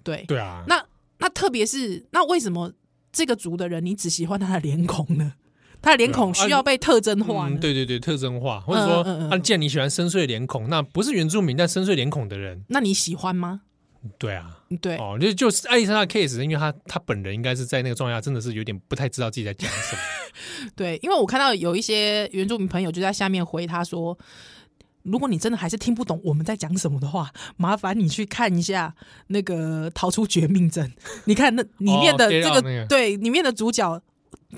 [SPEAKER 3] 对，
[SPEAKER 2] 对啊，
[SPEAKER 3] 那那特别是那为什么这个族的人你只喜欢他的脸孔呢？他的脸
[SPEAKER 2] 对啊
[SPEAKER 3] 孔需要被特征化呢？
[SPEAKER 2] 嗯，对对对，特征化，或者说，
[SPEAKER 3] 嗯嗯嗯
[SPEAKER 2] 啊，既然你喜欢深邃脸孔，那不是原住民，但深邃脸孔的人，
[SPEAKER 3] 那你喜欢吗？嗯
[SPEAKER 2] 对啊，
[SPEAKER 3] 对，
[SPEAKER 2] 哦，就就是艾丽莎的 case，因为她她本人应该是在那个状态下，真的是有点不太知道自己在讲 什么。
[SPEAKER 3] 对，因为我看到有一些原住民朋友就在下面回他说：“如果你真的还是听不懂我们在讲什么的话，麻烦你去看一下那个《逃出绝命镇》，你看那里面的
[SPEAKER 2] 哦，Get
[SPEAKER 3] 这个、
[SPEAKER 2] Out 那个
[SPEAKER 3] 对里面的主角，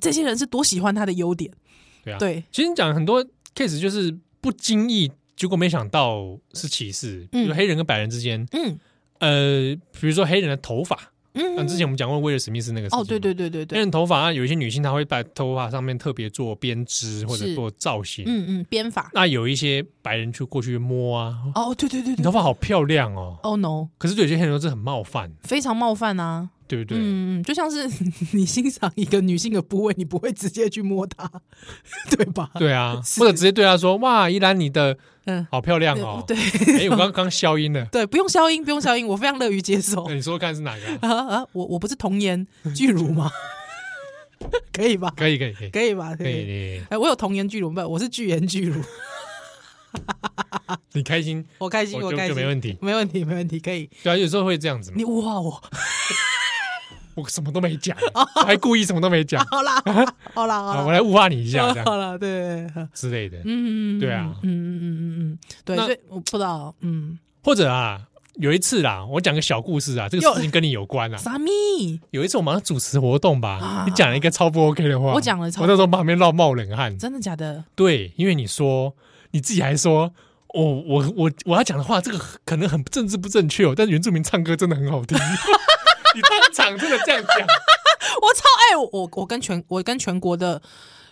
[SPEAKER 3] 这些人是多喜欢他的优点。
[SPEAKER 2] 对啊
[SPEAKER 3] 对，
[SPEAKER 2] 其实你讲很多 case 就是不经意，结果没想到是歧视，比如
[SPEAKER 3] 嗯
[SPEAKER 2] 黑人跟白人之间，
[SPEAKER 3] 嗯
[SPEAKER 2] 呃，比如说黑人的头发，
[SPEAKER 3] 嗯，
[SPEAKER 2] 嗯，之前我们讲过威尔史密斯那个事情
[SPEAKER 3] 哦，对对对对
[SPEAKER 2] 黑
[SPEAKER 3] 对，
[SPEAKER 2] 人头发啊，有一些女性她会把头发上面特别做编织或者
[SPEAKER 3] 是
[SPEAKER 2] 做造型。
[SPEAKER 3] 嗯嗯，编法。
[SPEAKER 2] 那有一些白人去过去摸啊，
[SPEAKER 3] 哦，对对对
[SPEAKER 2] 你
[SPEAKER 3] 对
[SPEAKER 2] 头发好漂亮哦。
[SPEAKER 3] ，Oh no，
[SPEAKER 2] 可是对有些黑人说这很冒犯，
[SPEAKER 3] 非常冒犯啊。
[SPEAKER 2] 对不对？
[SPEAKER 3] 嗯，嗯就像是 你欣赏一个女性的部位，你不会直接去摸它，对吧？
[SPEAKER 2] 对 啊，或者直接对他说：“哇，依兰你的
[SPEAKER 3] 嗯，
[SPEAKER 2] 好漂亮哦。”
[SPEAKER 3] 对。
[SPEAKER 2] 哎，我刚刚消 音了。
[SPEAKER 3] 对，不用消音，不用消音，我非常乐于接受。
[SPEAKER 2] 那你说看是哪个啊？
[SPEAKER 3] 啊啊，我我不是童颜巨乳吗？ 可以吧？
[SPEAKER 2] 可以，可以，可以，
[SPEAKER 3] 可以吧？可
[SPEAKER 2] 可以，
[SPEAKER 3] 以。
[SPEAKER 2] 可以
[SPEAKER 3] 哎，我有童颜巨乳，不，我是巨颜巨乳。
[SPEAKER 2] 你开心，
[SPEAKER 3] 我开心，
[SPEAKER 2] 我
[SPEAKER 3] 我
[SPEAKER 2] 就
[SPEAKER 3] 开
[SPEAKER 2] 就
[SPEAKER 3] 心，
[SPEAKER 2] 没问题。
[SPEAKER 3] 没问题，没问题，可以。
[SPEAKER 2] 对啊，有时候会这样子嘛。
[SPEAKER 3] 你物化我，
[SPEAKER 2] 我什么都没 讲，我还故意什么都没讲
[SPEAKER 3] 哦好 啦，好啦，
[SPEAKER 2] 啊，
[SPEAKER 3] 好
[SPEAKER 2] 我
[SPEAKER 3] 啦，
[SPEAKER 2] 来物化你一下，这
[SPEAKER 3] 好
[SPEAKER 2] 样
[SPEAKER 3] 啦，对，嗯
[SPEAKER 2] 之类的。
[SPEAKER 3] 嗯，嗯
[SPEAKER 2] 对啊
[SPEAKER 3] 嗯嗯嗯嗯嗯，对，
[SPEAKER 2] 那
[SPEAKER 3] 所以我不知道，嗯，
[SPEAKER 2] 或者啊，有一次啦，我讲个小故事啊，这个
[SPEAKER 3] 又
[SPEAKER 2] 事情跟你有关啊。
[SPEAKER 3] 傻咪，
[SPEAKER 2] 有一次我们好像主持活动吧
[SPEAKER 3] 啊，
[SPEAKER 2] 你讲了一个超不 OK 的话，
[SPEAKER 3] 我讲了超
[SPEAKER 2] 我那时候旁边闹冒冷汗。
[SPEAKER 3] 真的假的？
[SPEAKER 2] 对，因为你说你自己还说，我我我我要讲的话，这个可能很政治不正确哦，但是原住民唱歌真的很好听。 你当场真的这样讲，
[SPEAKER 3] 我超爱我，我我跟全我跟全国的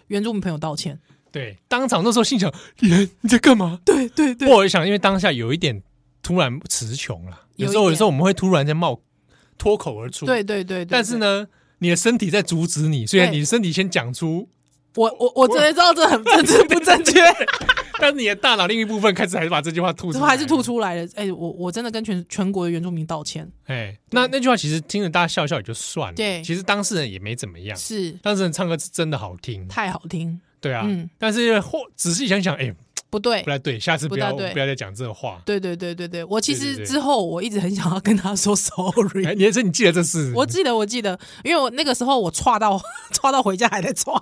[SPEAKER 3] 原住民朋友道歉。
[SPEAKER 2] 对，当场那时候心想，你你在干嘛？
[SPEAKER 3] 对对对，
[SPEAKER 2] 我想，因为当下有一点突然词穷了，
[SPEAKER 3] 有一
[SPEAKER 2] 有时候有
[SPEAKER 3] 点
[SPEAKER 2] 时候我们会突然间冒脱口而出，
[SPEAKER 3] 对对对对，
[SPEAKER 2] 嗯但是
[SPEAKER 3] 对，
[SPEAKER 2] 呢，你的身体在阻止你，虽然
[SPEAKER 3] 对
[SPEAKER 2] 你的身体先讲出，
[SPEAKER 3] 我我我真的知 道这很政治不正确，
[SPEAKER 2] 但是你的大脑另一部分开始还是把这句话吐出
[SPEAKER 3] 怎
[SPEAKER 2] 来，
[SPEAKER 3] 么还是吐。出来了？哎，我我真的跟全全国的原住民道歉，
[SPEAKER 2] 哎，那那句话其实听着大家笑笑也就算了，
[SPEAKER 3] 对
[SPEAKER 2] 其实当事人也没怎么样，
[SPEAKER 3] 是
[SPEAKER 2] 当事人唱歌是真的好听，
[SPEAKER 3] 太好听，
[SPEAKER 2] 对啊，
[SPEAKER 3] 嗯
[SPEAKER 2] 但是或仔细想想，哎，
[SPEAKER 3] 不对
[SPEAKER 2] 不。太对，下次不
[SPEAKER 3] 不大
[SPEAKER 2] 要
[SPEAKER 3] 对
[SPEAKER 2] 不要再讲这话。
[SPEAKER 3] 对对对对对，我其
[SPEAKER 2] 对对
[SPEAKER 3] 实
[SPEAKER 2] 对
[SPEAKER 3] 之后我一直很想要跟他说 sorry，
[SPEAKER 2] 哎，你是你记得这事？
[SPEAKER 3] 我记得，我记得，因为我那个时候我歘到歘到回家还在歘，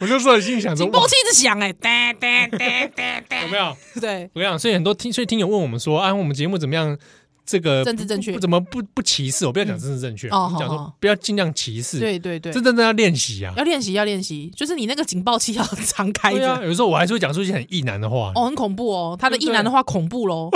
[SPEAKER 2] 我就说心里想说，
[SPEAKER 3] 警
[SPEAKER 2] 哇
[SPEAKER 3] 报器一直响哎、哒哒哒哒
[SPEAKER 2] 有
[SPEAKER 3] 哒，
[SPEAKER 2] 没有？
[SPEAKER 3] 对，
[SPEAKER 2] 我跟你讲，所以很多听，所以听友问我们说，啊，我们节目怎么样？这个
[SPEAKER 3] 政治正确
[SPEAKER 2] 不不怎么不不歧视？我不要讲政治正确，
[SPEAKER 3] 哦
[SPEAKER 2] 我们讲
[SPEAKER 3] 好
[SPEAKER 2] 说
[SPEAKER 3] 好
[SPEAKER 2] 不要尽量歧视。，
[SPEAKER 3] 对对对
[SPEAKER 2] 这，真的要练习啊。
[SPEAKER 3] 要练习要练习，就是你那个警报器要常开
[SPEAKER 2] 对
[SPEAKER 3] 着，
[SPEAKER 2] 啊，有时候我还是会讲出一些很意难的话。
[SPEAKER 3] 哦，很恐怖哦，他的
[SPEAKER 2] 对不
[SPEAKER 3] 意
[SPEAKER 2] 对
[SPEAKER 3] 男的话恐怖喽。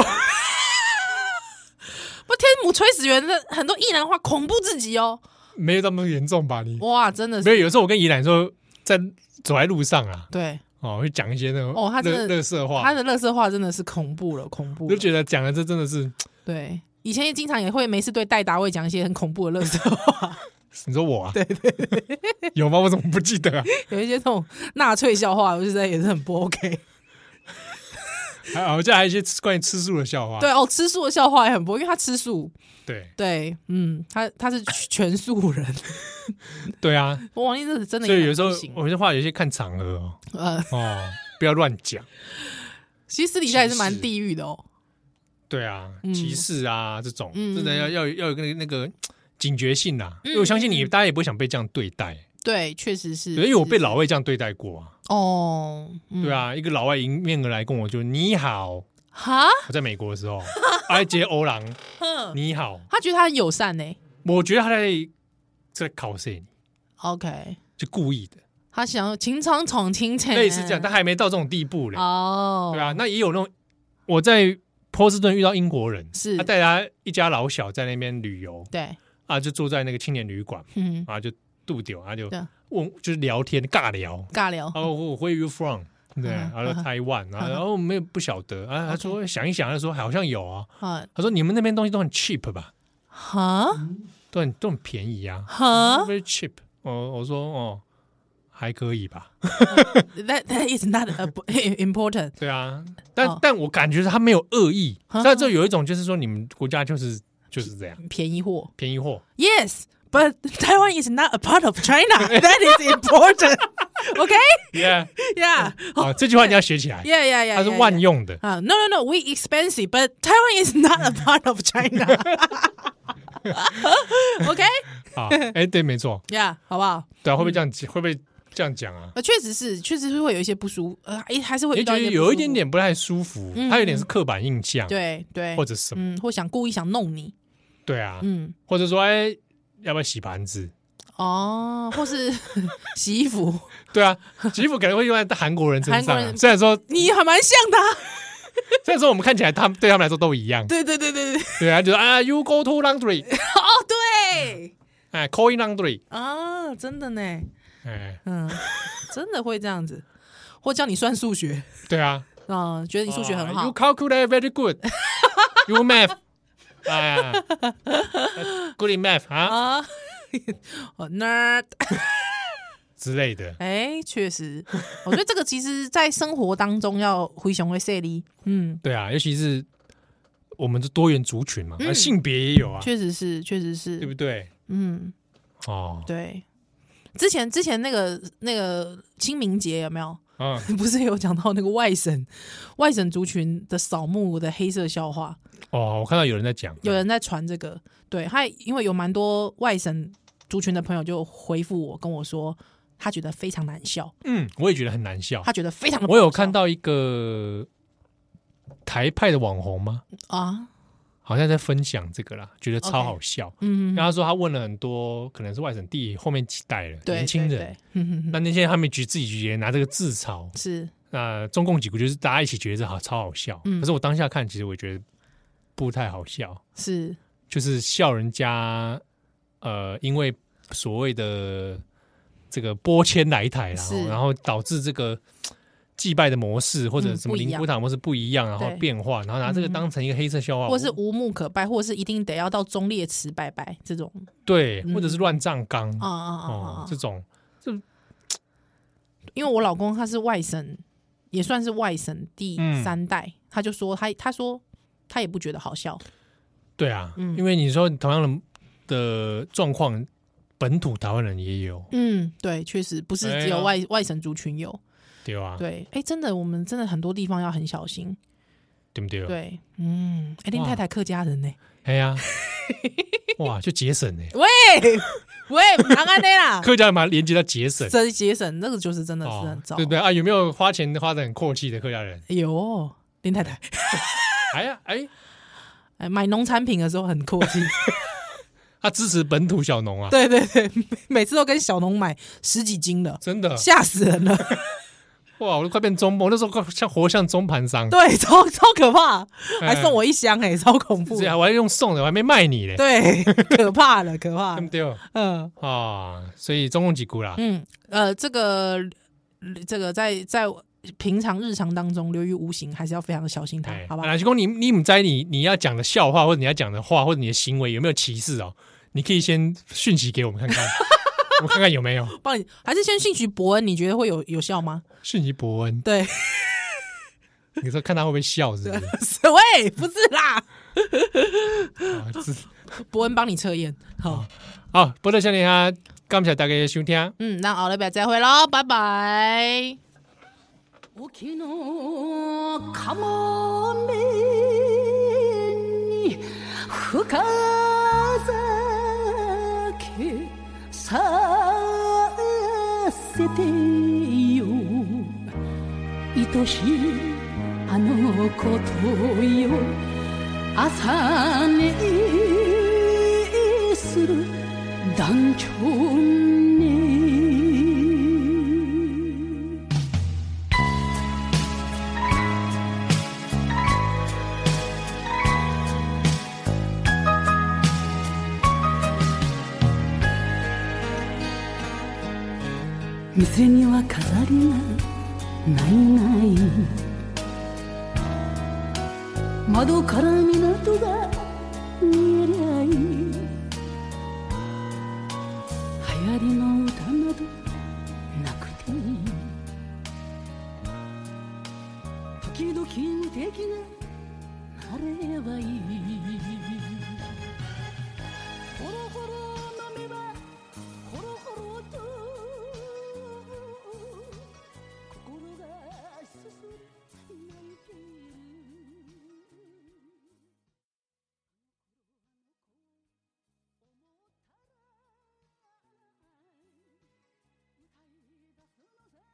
[SPEAKER 3] 不，天母崔始源的很多意男话恐怖自己哦，
[SPEAKER 2] 没有那么严重吧？你
[SPEAKER 3] 哇，真的
[SPEAKER 2] 没
[SPEAKER 3] 是
[SPEAKER 2] 有？有时候我跟怡兰说，在走在路上啊，
[SPEAKER 3] 对
[SPEAKER 2] 哦，会讲一些那种
[SPEAKER 3] 哦他真的
[SPEAKER 2] 乐色话，
[SPEAKER 3] 他的乐色话真的是恐怖了，恐怖
[SPEAKER 2] 我
[SPEAKER 3] 了
[SPEAKER 2] 就觉得讲的这真的是，
[SPEAKER 3] 对。以前也经常也会没事对戴达会讲一些很恐怖的乐色 话，
[SPEAKER 2] 你说我啊？对对对， 有吗？我怎么不记得啊？
[SPEAKER 3] 有一些这种纳粹笑话，我觉得也是很不 OK。
[SPEAKER 2] 还好，这还有一些关于吃素的笑话。
[SPEAKER 3] 对哦，吃素的笑话也很不，因为他吃素，
[SPEAKER 2] 对
[SPEAKER 3] 对，嗯，他他是全素人。
[SPEAKER 2] 对啊，
[SPEAKER 3] 我王力真的真的
[SPEAKER 2] 所以
[SPEAKER 3] 也
[SPEAKER 2] 有时候
[SPEAKER 3] 不行
[SPEAKER 2] 我有些话有些看场合哦。
[SPEAKER 3] 呃，
[SPEAKER 2] 哦，不要乱讲。
[SPEAKER 3] 其实私底下也是蛮
[SPEAKER 2] 歧视
[SPEAKER 3] 地狱的哦。
[SPEAKER 2] 对啊，
[SPEAKER 3] 嗯
[SPEAKER 2] 歧视啊，这种
[SPEAKER 3] 嗯
[SPEAKER 2] 真的要要有要有那个那个警觉性呐、啊。
[SPEAKER 3] 嗯
[SPEAKER 2] 因为我相信你，大家也不会想被这样对待。
[SPEAKER 3] 对，确实是。
[SPEAKER 2] 对，因为我被老外这样对待过啊。
[SPEAKER 3] 哦，嗯
[SPEAKER 2] 对，啊，一个老外迎面而来跟我就你好，
[SPEAKER 3] 哈，
[SPEAKER 2] 我在美国的时候， 埃杰欧郎
[SPEAKER 3] 哼
[SPEAKER 2] 你好，
[SPEAKER 3] 他觉得他很友善欸呢。
[SPEAKER 2] 我觉得他在在考试你，
[SPEAKER 3] OK，
[SPEAKER 2] 就故意的，
[SPEAKER 3] 他想要情场闯情场，
[SPEAKER 2] 类似这样，但还没到这种地步嘞。
[SPEAKER 3] 哦，
[SPEAKER 2] 对啊，，那也有那种我在波士顿遇到英国人，
[SPEAKER 3] 是
[SPEAKER 2] 他带他一家老小在那边旅游
[SPEAKER 3] 对，
[SPEAKER 2] 啊，就住在那个青年旅馆。
[SPEAKER 3] 嗯，
[SPEAKER 2] 啊，就度丢，啊就
[SPEAKER 3] 对
[SPEAKER 2] 问就是聊天尬聊，
[SPEAKER 3] 尬聊，
[SPEAKER 2] 然后我 Where you from？对，啊
[SPEAKER 3] 嗯
[SPEAKER 2] 然后
[SPEAKER 3] 嗯
[SPEAKER 2] 台湾，然后然后我们也哦不晓得啊，他说想一想，他说好像有啊，
[SPEAKER 3] 啊
[SPEAKER 2] 他说你们那边东西都很 cheap 吧，
[SPEAKER 3] 哈
[SPEAKER 2] 都很都很便宜啊
[SPEAKER 3] 哈
[SPEAKER 2] ，very cheap。哦，我说哦，还可以吧，
[SPEAKER 3] ，That that is not a important。
[SPEAKER 2] 对啊，但
[SPEAKER 3] 哦
[SPEAKER 2] 但我感觉他没有恶意，
[SPEAKER 3] 嗯
[SPEAKER 2] 但这有一种就是说你们国家就是就是这样
[SPEAKER 3] 便宜货
[SPEAKER 2] 便宜货，
[SPEAKER 3] ，Yes。But Taiwan is not a part of China. That is important. OK,
[SPEAKER 2] yeah，
[SPEAKER 3] yeah,
[SPEAKER 2] 啊，这句话你要学起来，
[SPEAKER 3] 哦 yeah, yeah, yeah.
[SPEAKER 2] 它是
[SPEAKER 3] yeah,
[SPEAKER 2] 万用的，
[SPEAKER 3] 啊、n o no no, we expensive, but Taiwan is not a part of China. OK，
[SPEAKER 2] 啊，哎，对，没错，
[SPEAKER 3] yeah，好不好？
[SPEAKER 2] 对啊，会不会这样讲？会不会这样讲啊？
[SPEAKER 3] 呃，确实是，确实是会有一些不舒服，呃，哎，还是会
[SPEAKER 2] 也
[SPEAKER 3] 遇
[SPEAKER 2] 觉
[SPEAKER 3] 到
[SPEAKER 2] 得
[SPEAKER 3] 一些
[SPEAKER 2] 有一
[SPEAKER 3] 不舒
[SPEAKER 2] 点
[SPEAKER 3] 服，
[SPEAKER 2] 点不太舒服，
[SPEAKER 3] 嗯
[SPEAKER 2] 他有点是刻板印象，
[SPEAKER 3] 对对，
[SPEAKER 2] 或者什么，
[SPEAKER 3] 嗯，或想故意想弄你，
[SPEAKER 2] 对啊，
[SPEAKER 3] 嗯，
[SPEAKER 2] 或者说哎，要不要洗盘子？
[SPEAKER 3] 哦，或是 洗衣服，
[SPEAKER 2] 对 啊，洗衣服可能会用在韩国人身上
[SPEAKER 3] 韩国
[SPEAKER 2] 啊。
[SPEAKER 3] 人
[SPEAKER 2] 虽然说，
[SPEAKER 3] 你还蛮像他，
[SPEAKER 2] 虽然说我们看起来他们对他们来说都一样，
[SPEAKER 3] 对对对对对，
[SPEAKER 2] 对啊，就是啊，you go to laundry，
[SPEAKER 3] 哦对，
[SPEAKER 2] 哎，call in laundry，
[SPEAKER 3] 啊，真的呢，
[SPEAKER 2] 哎，
[SPEAKER 3] 嗯， 真的会这样子，或叫你算数学，
[SPEAKER 2] 对啊，
[SPEAKER 3] 啊、觉得你数学很
[SPEAKER 2] 啊
[SPEAKER 3] 好
[SPEAKER 2] ，you，calculate very good，you math，啊，good in math 啊
[SPEAKER 3] 啊， 我 nerd。
[SPEAKER 2] 之类的，
[SPEAKER 3] 哎，确实，我觉得这个其实，在生活当中要灰熊会设立，嗯，
[SPEAKER 2] 对啊，尤其是我们是多元族群嘛，
[SPEAKER 3] 嗯
[SPEAKER 2] 啊性别也有啊，
[SPEAKER 3] 确实是，确实
[SPEAKER 2] 对不
[SPEAKER 3] 是，
[SPEAKER 2] 对？
[SPEAKER 3] 嗯，
[SPEAKER 2] 哦，
[SPEAKER 3] 对。之前之前那个那个清明节有没有？
[SPEAKER 2] 嗯。
[SPEAKER 3] 不是有讲到那个外省外省族群的扫墓的黑色笑话？
[SPEAKER 2] 哦，我看到有人在讲，
[SPEAKER 3] 有人在传这个，对，还因为有蛮多外省族群的朋友就回复我，跟我说他觉得非常难笑，
[SPEAKER 2] 嗯，我也觉得很难笑
[SPEAKER 3] 他。觉得非常的
[SPEAKER 2] 我有看到一个台派的网红吗？
[SPEAKER 3] 啊，
[SPEAKER 2] 好像在分享这个啦，觉得超好笑。
[SPEAKER 3] 嗯，
[SPEAKER 2] 然后他说他问了很多，可能是外省地后面几代了
[SPEAKER 3] 对，
[SPEAKER 2] 年轻
[SPEAKER 3] 对
[SPEAKER 2] 人，，
[SPEAKER 3] 对嗯嗯嗯
[SPEAKER 2] 那那些他们举自己举也拿这个自嘲，
[SPEAKER 3] 是
[SPEAKER 2] 那中共几股就是大家一起觉得好超好笑。
[SPEAKER 3] 嗯
[SPEAKER 2] 可是我当下看，其实我觉得不太好笑，
[SPEAKER 3] 是，
[SPEAKER 2] 就是笑人家呃，因为所谓的这个播迁来台啦，
[SPEAKER 3] 是
[SPEAKER 2] 然后导致这个祭拜的模式或者
[SPEAKER 3] 嗯
[SPEAKER 2] 什么
[SPEAKER 3] 不一
[SPEAKER 2] 灵
[SPEAKER 3] 样
[SPEAKER 2] 骨塔模式不一样，然后
[SPEAKER 3] 对嗯
[SPEAKER 2] 变化，然后拿这个当成一个黑色笑话，
[SPEAKER 3] 或是无墓可拜，或是一定得要到忠烈祠拜拜这种
[SPEAKER 2] 对，
[SPEAKER 3] 嗯
[SPEAKER 2] 或者是乱葬岗
[SPEAKER 3] 啊啊啊啊
[SPEAKER 2] 哦，
[SPEAKER 3] 啊
[SPEAKER 2] 这！种
[SPEAKER 3] 因为我老公他是外省，也算是外省第
[SPEAKER 2] 嗯
[SPEAKER 3] 三代，他就说他他说他也不觉得好笑，
[SPEAKER 2] 对啊，
[SPEAKER 3] 嗯
[SPEAKER 2] 因为你说同样的的呃状况，本土台湾人也有，
[SPEAKER 3] 嗯，对，确实不是只
[SPEAKER 2] 哎
[SPEAKER 3] 有
[SPEAKER 2] 呀
[SPEAKER 3] 外、外省族群有，
[SPEAKER 2] 对啊，
[SPEAKER 3] 对，哎、真的，我们真的很多地方要很小心，
[SPEAKER 2] 对不对？，啊
[SPEAKER 3] 对，嗯，哎、林
[SPEAKER 2] 哇
[SPEAKER 3] 太太客家人呢、
[SPEAKER 2] 哎 呀，哇，就节省呢，欸
[SPEAKER 3] 喂喂，安安内啦，
[SPEAKER 2] 客家嘛连接到节省，
[SPEAKER 3] 这节省那个就是啊真的是
[SPEAKER 2] 哦
[SPEAKER 3] 很糟，
[SPEAKER 2] 对不对啊？有没有花钱花的很阔气的客家 人？
[SPEAKER 3] 哎呦，林太太，
[SPEAKER 2] 哎呀，哎，
[SPEAKER 3] 哎，买农产品的时候很阔气，
[SPEAKER 2] 他支持本土小农啊，
[SPEAKER 3] 对对对，每每次都跟小农买十几斤的，
[SPEAKER 2] 真的，
[SPEAKER 3] 吓死人了，
[SPEAKER 2] 哇，我都快变中我那时候快像活像中盘商，
[SPEAKER 3] 对，超超可怕，
[SPEAKER 2] 哎
[SPEAKER 3] 还送我一箱、哎，超恐怖
[SPEAKER 2] 这，样我还用送的，我还没卖你嘞，
[SPEAKER 3] 对，可怕了，可怕
[SPEAKER 2] 对
[SPEAKER 3] 了
[SPEAKER 2] 不，对？
[SPEAKER 3] 嗯
[SPEAKER 2] 啊，所以中共几股啦，
[SPEAKER 3] 嗯，呃，这个这个在在平常日常当中流于无形，还是要非常的小心它
[SPEAKER 2] 哎，，
[SPEAKER 3] 好吧？
[SPEAKER 2] 哪些公你你唔在你你要讲的笑话或者你要讲的话或者你的行为有没有歧视哦？你可以先讯息给我们看 看，我们看看有没有
[SPEAKER 3] 帮你，还是先信许伯恩，你觉得会有有效吗？
[SPEAKER 2] 讯息伯恩，
[SPEAKER 3] 对，
[SPEAKER 2] 你说看他会不会笑是不是？
[SPEAKER 3] 喂，不是啦，
[SPEAKER 2] 啊是
[SPEAKER 3] 伯恩帮你测验，好，
[SPEAKER 2] 好，波特少年啊，感谢大家的收听。
[SPEAKER 3] 嗯，那好了，表再会喽，拜拜。
[SPEAKER 1] 沖の釜めに深酒させてよ愛しいあの子とよ朝寝する団長ね店には飾りがないない窓から港が見えりゃいい流行りの歌などなくて時々無敵がなればいいほらほら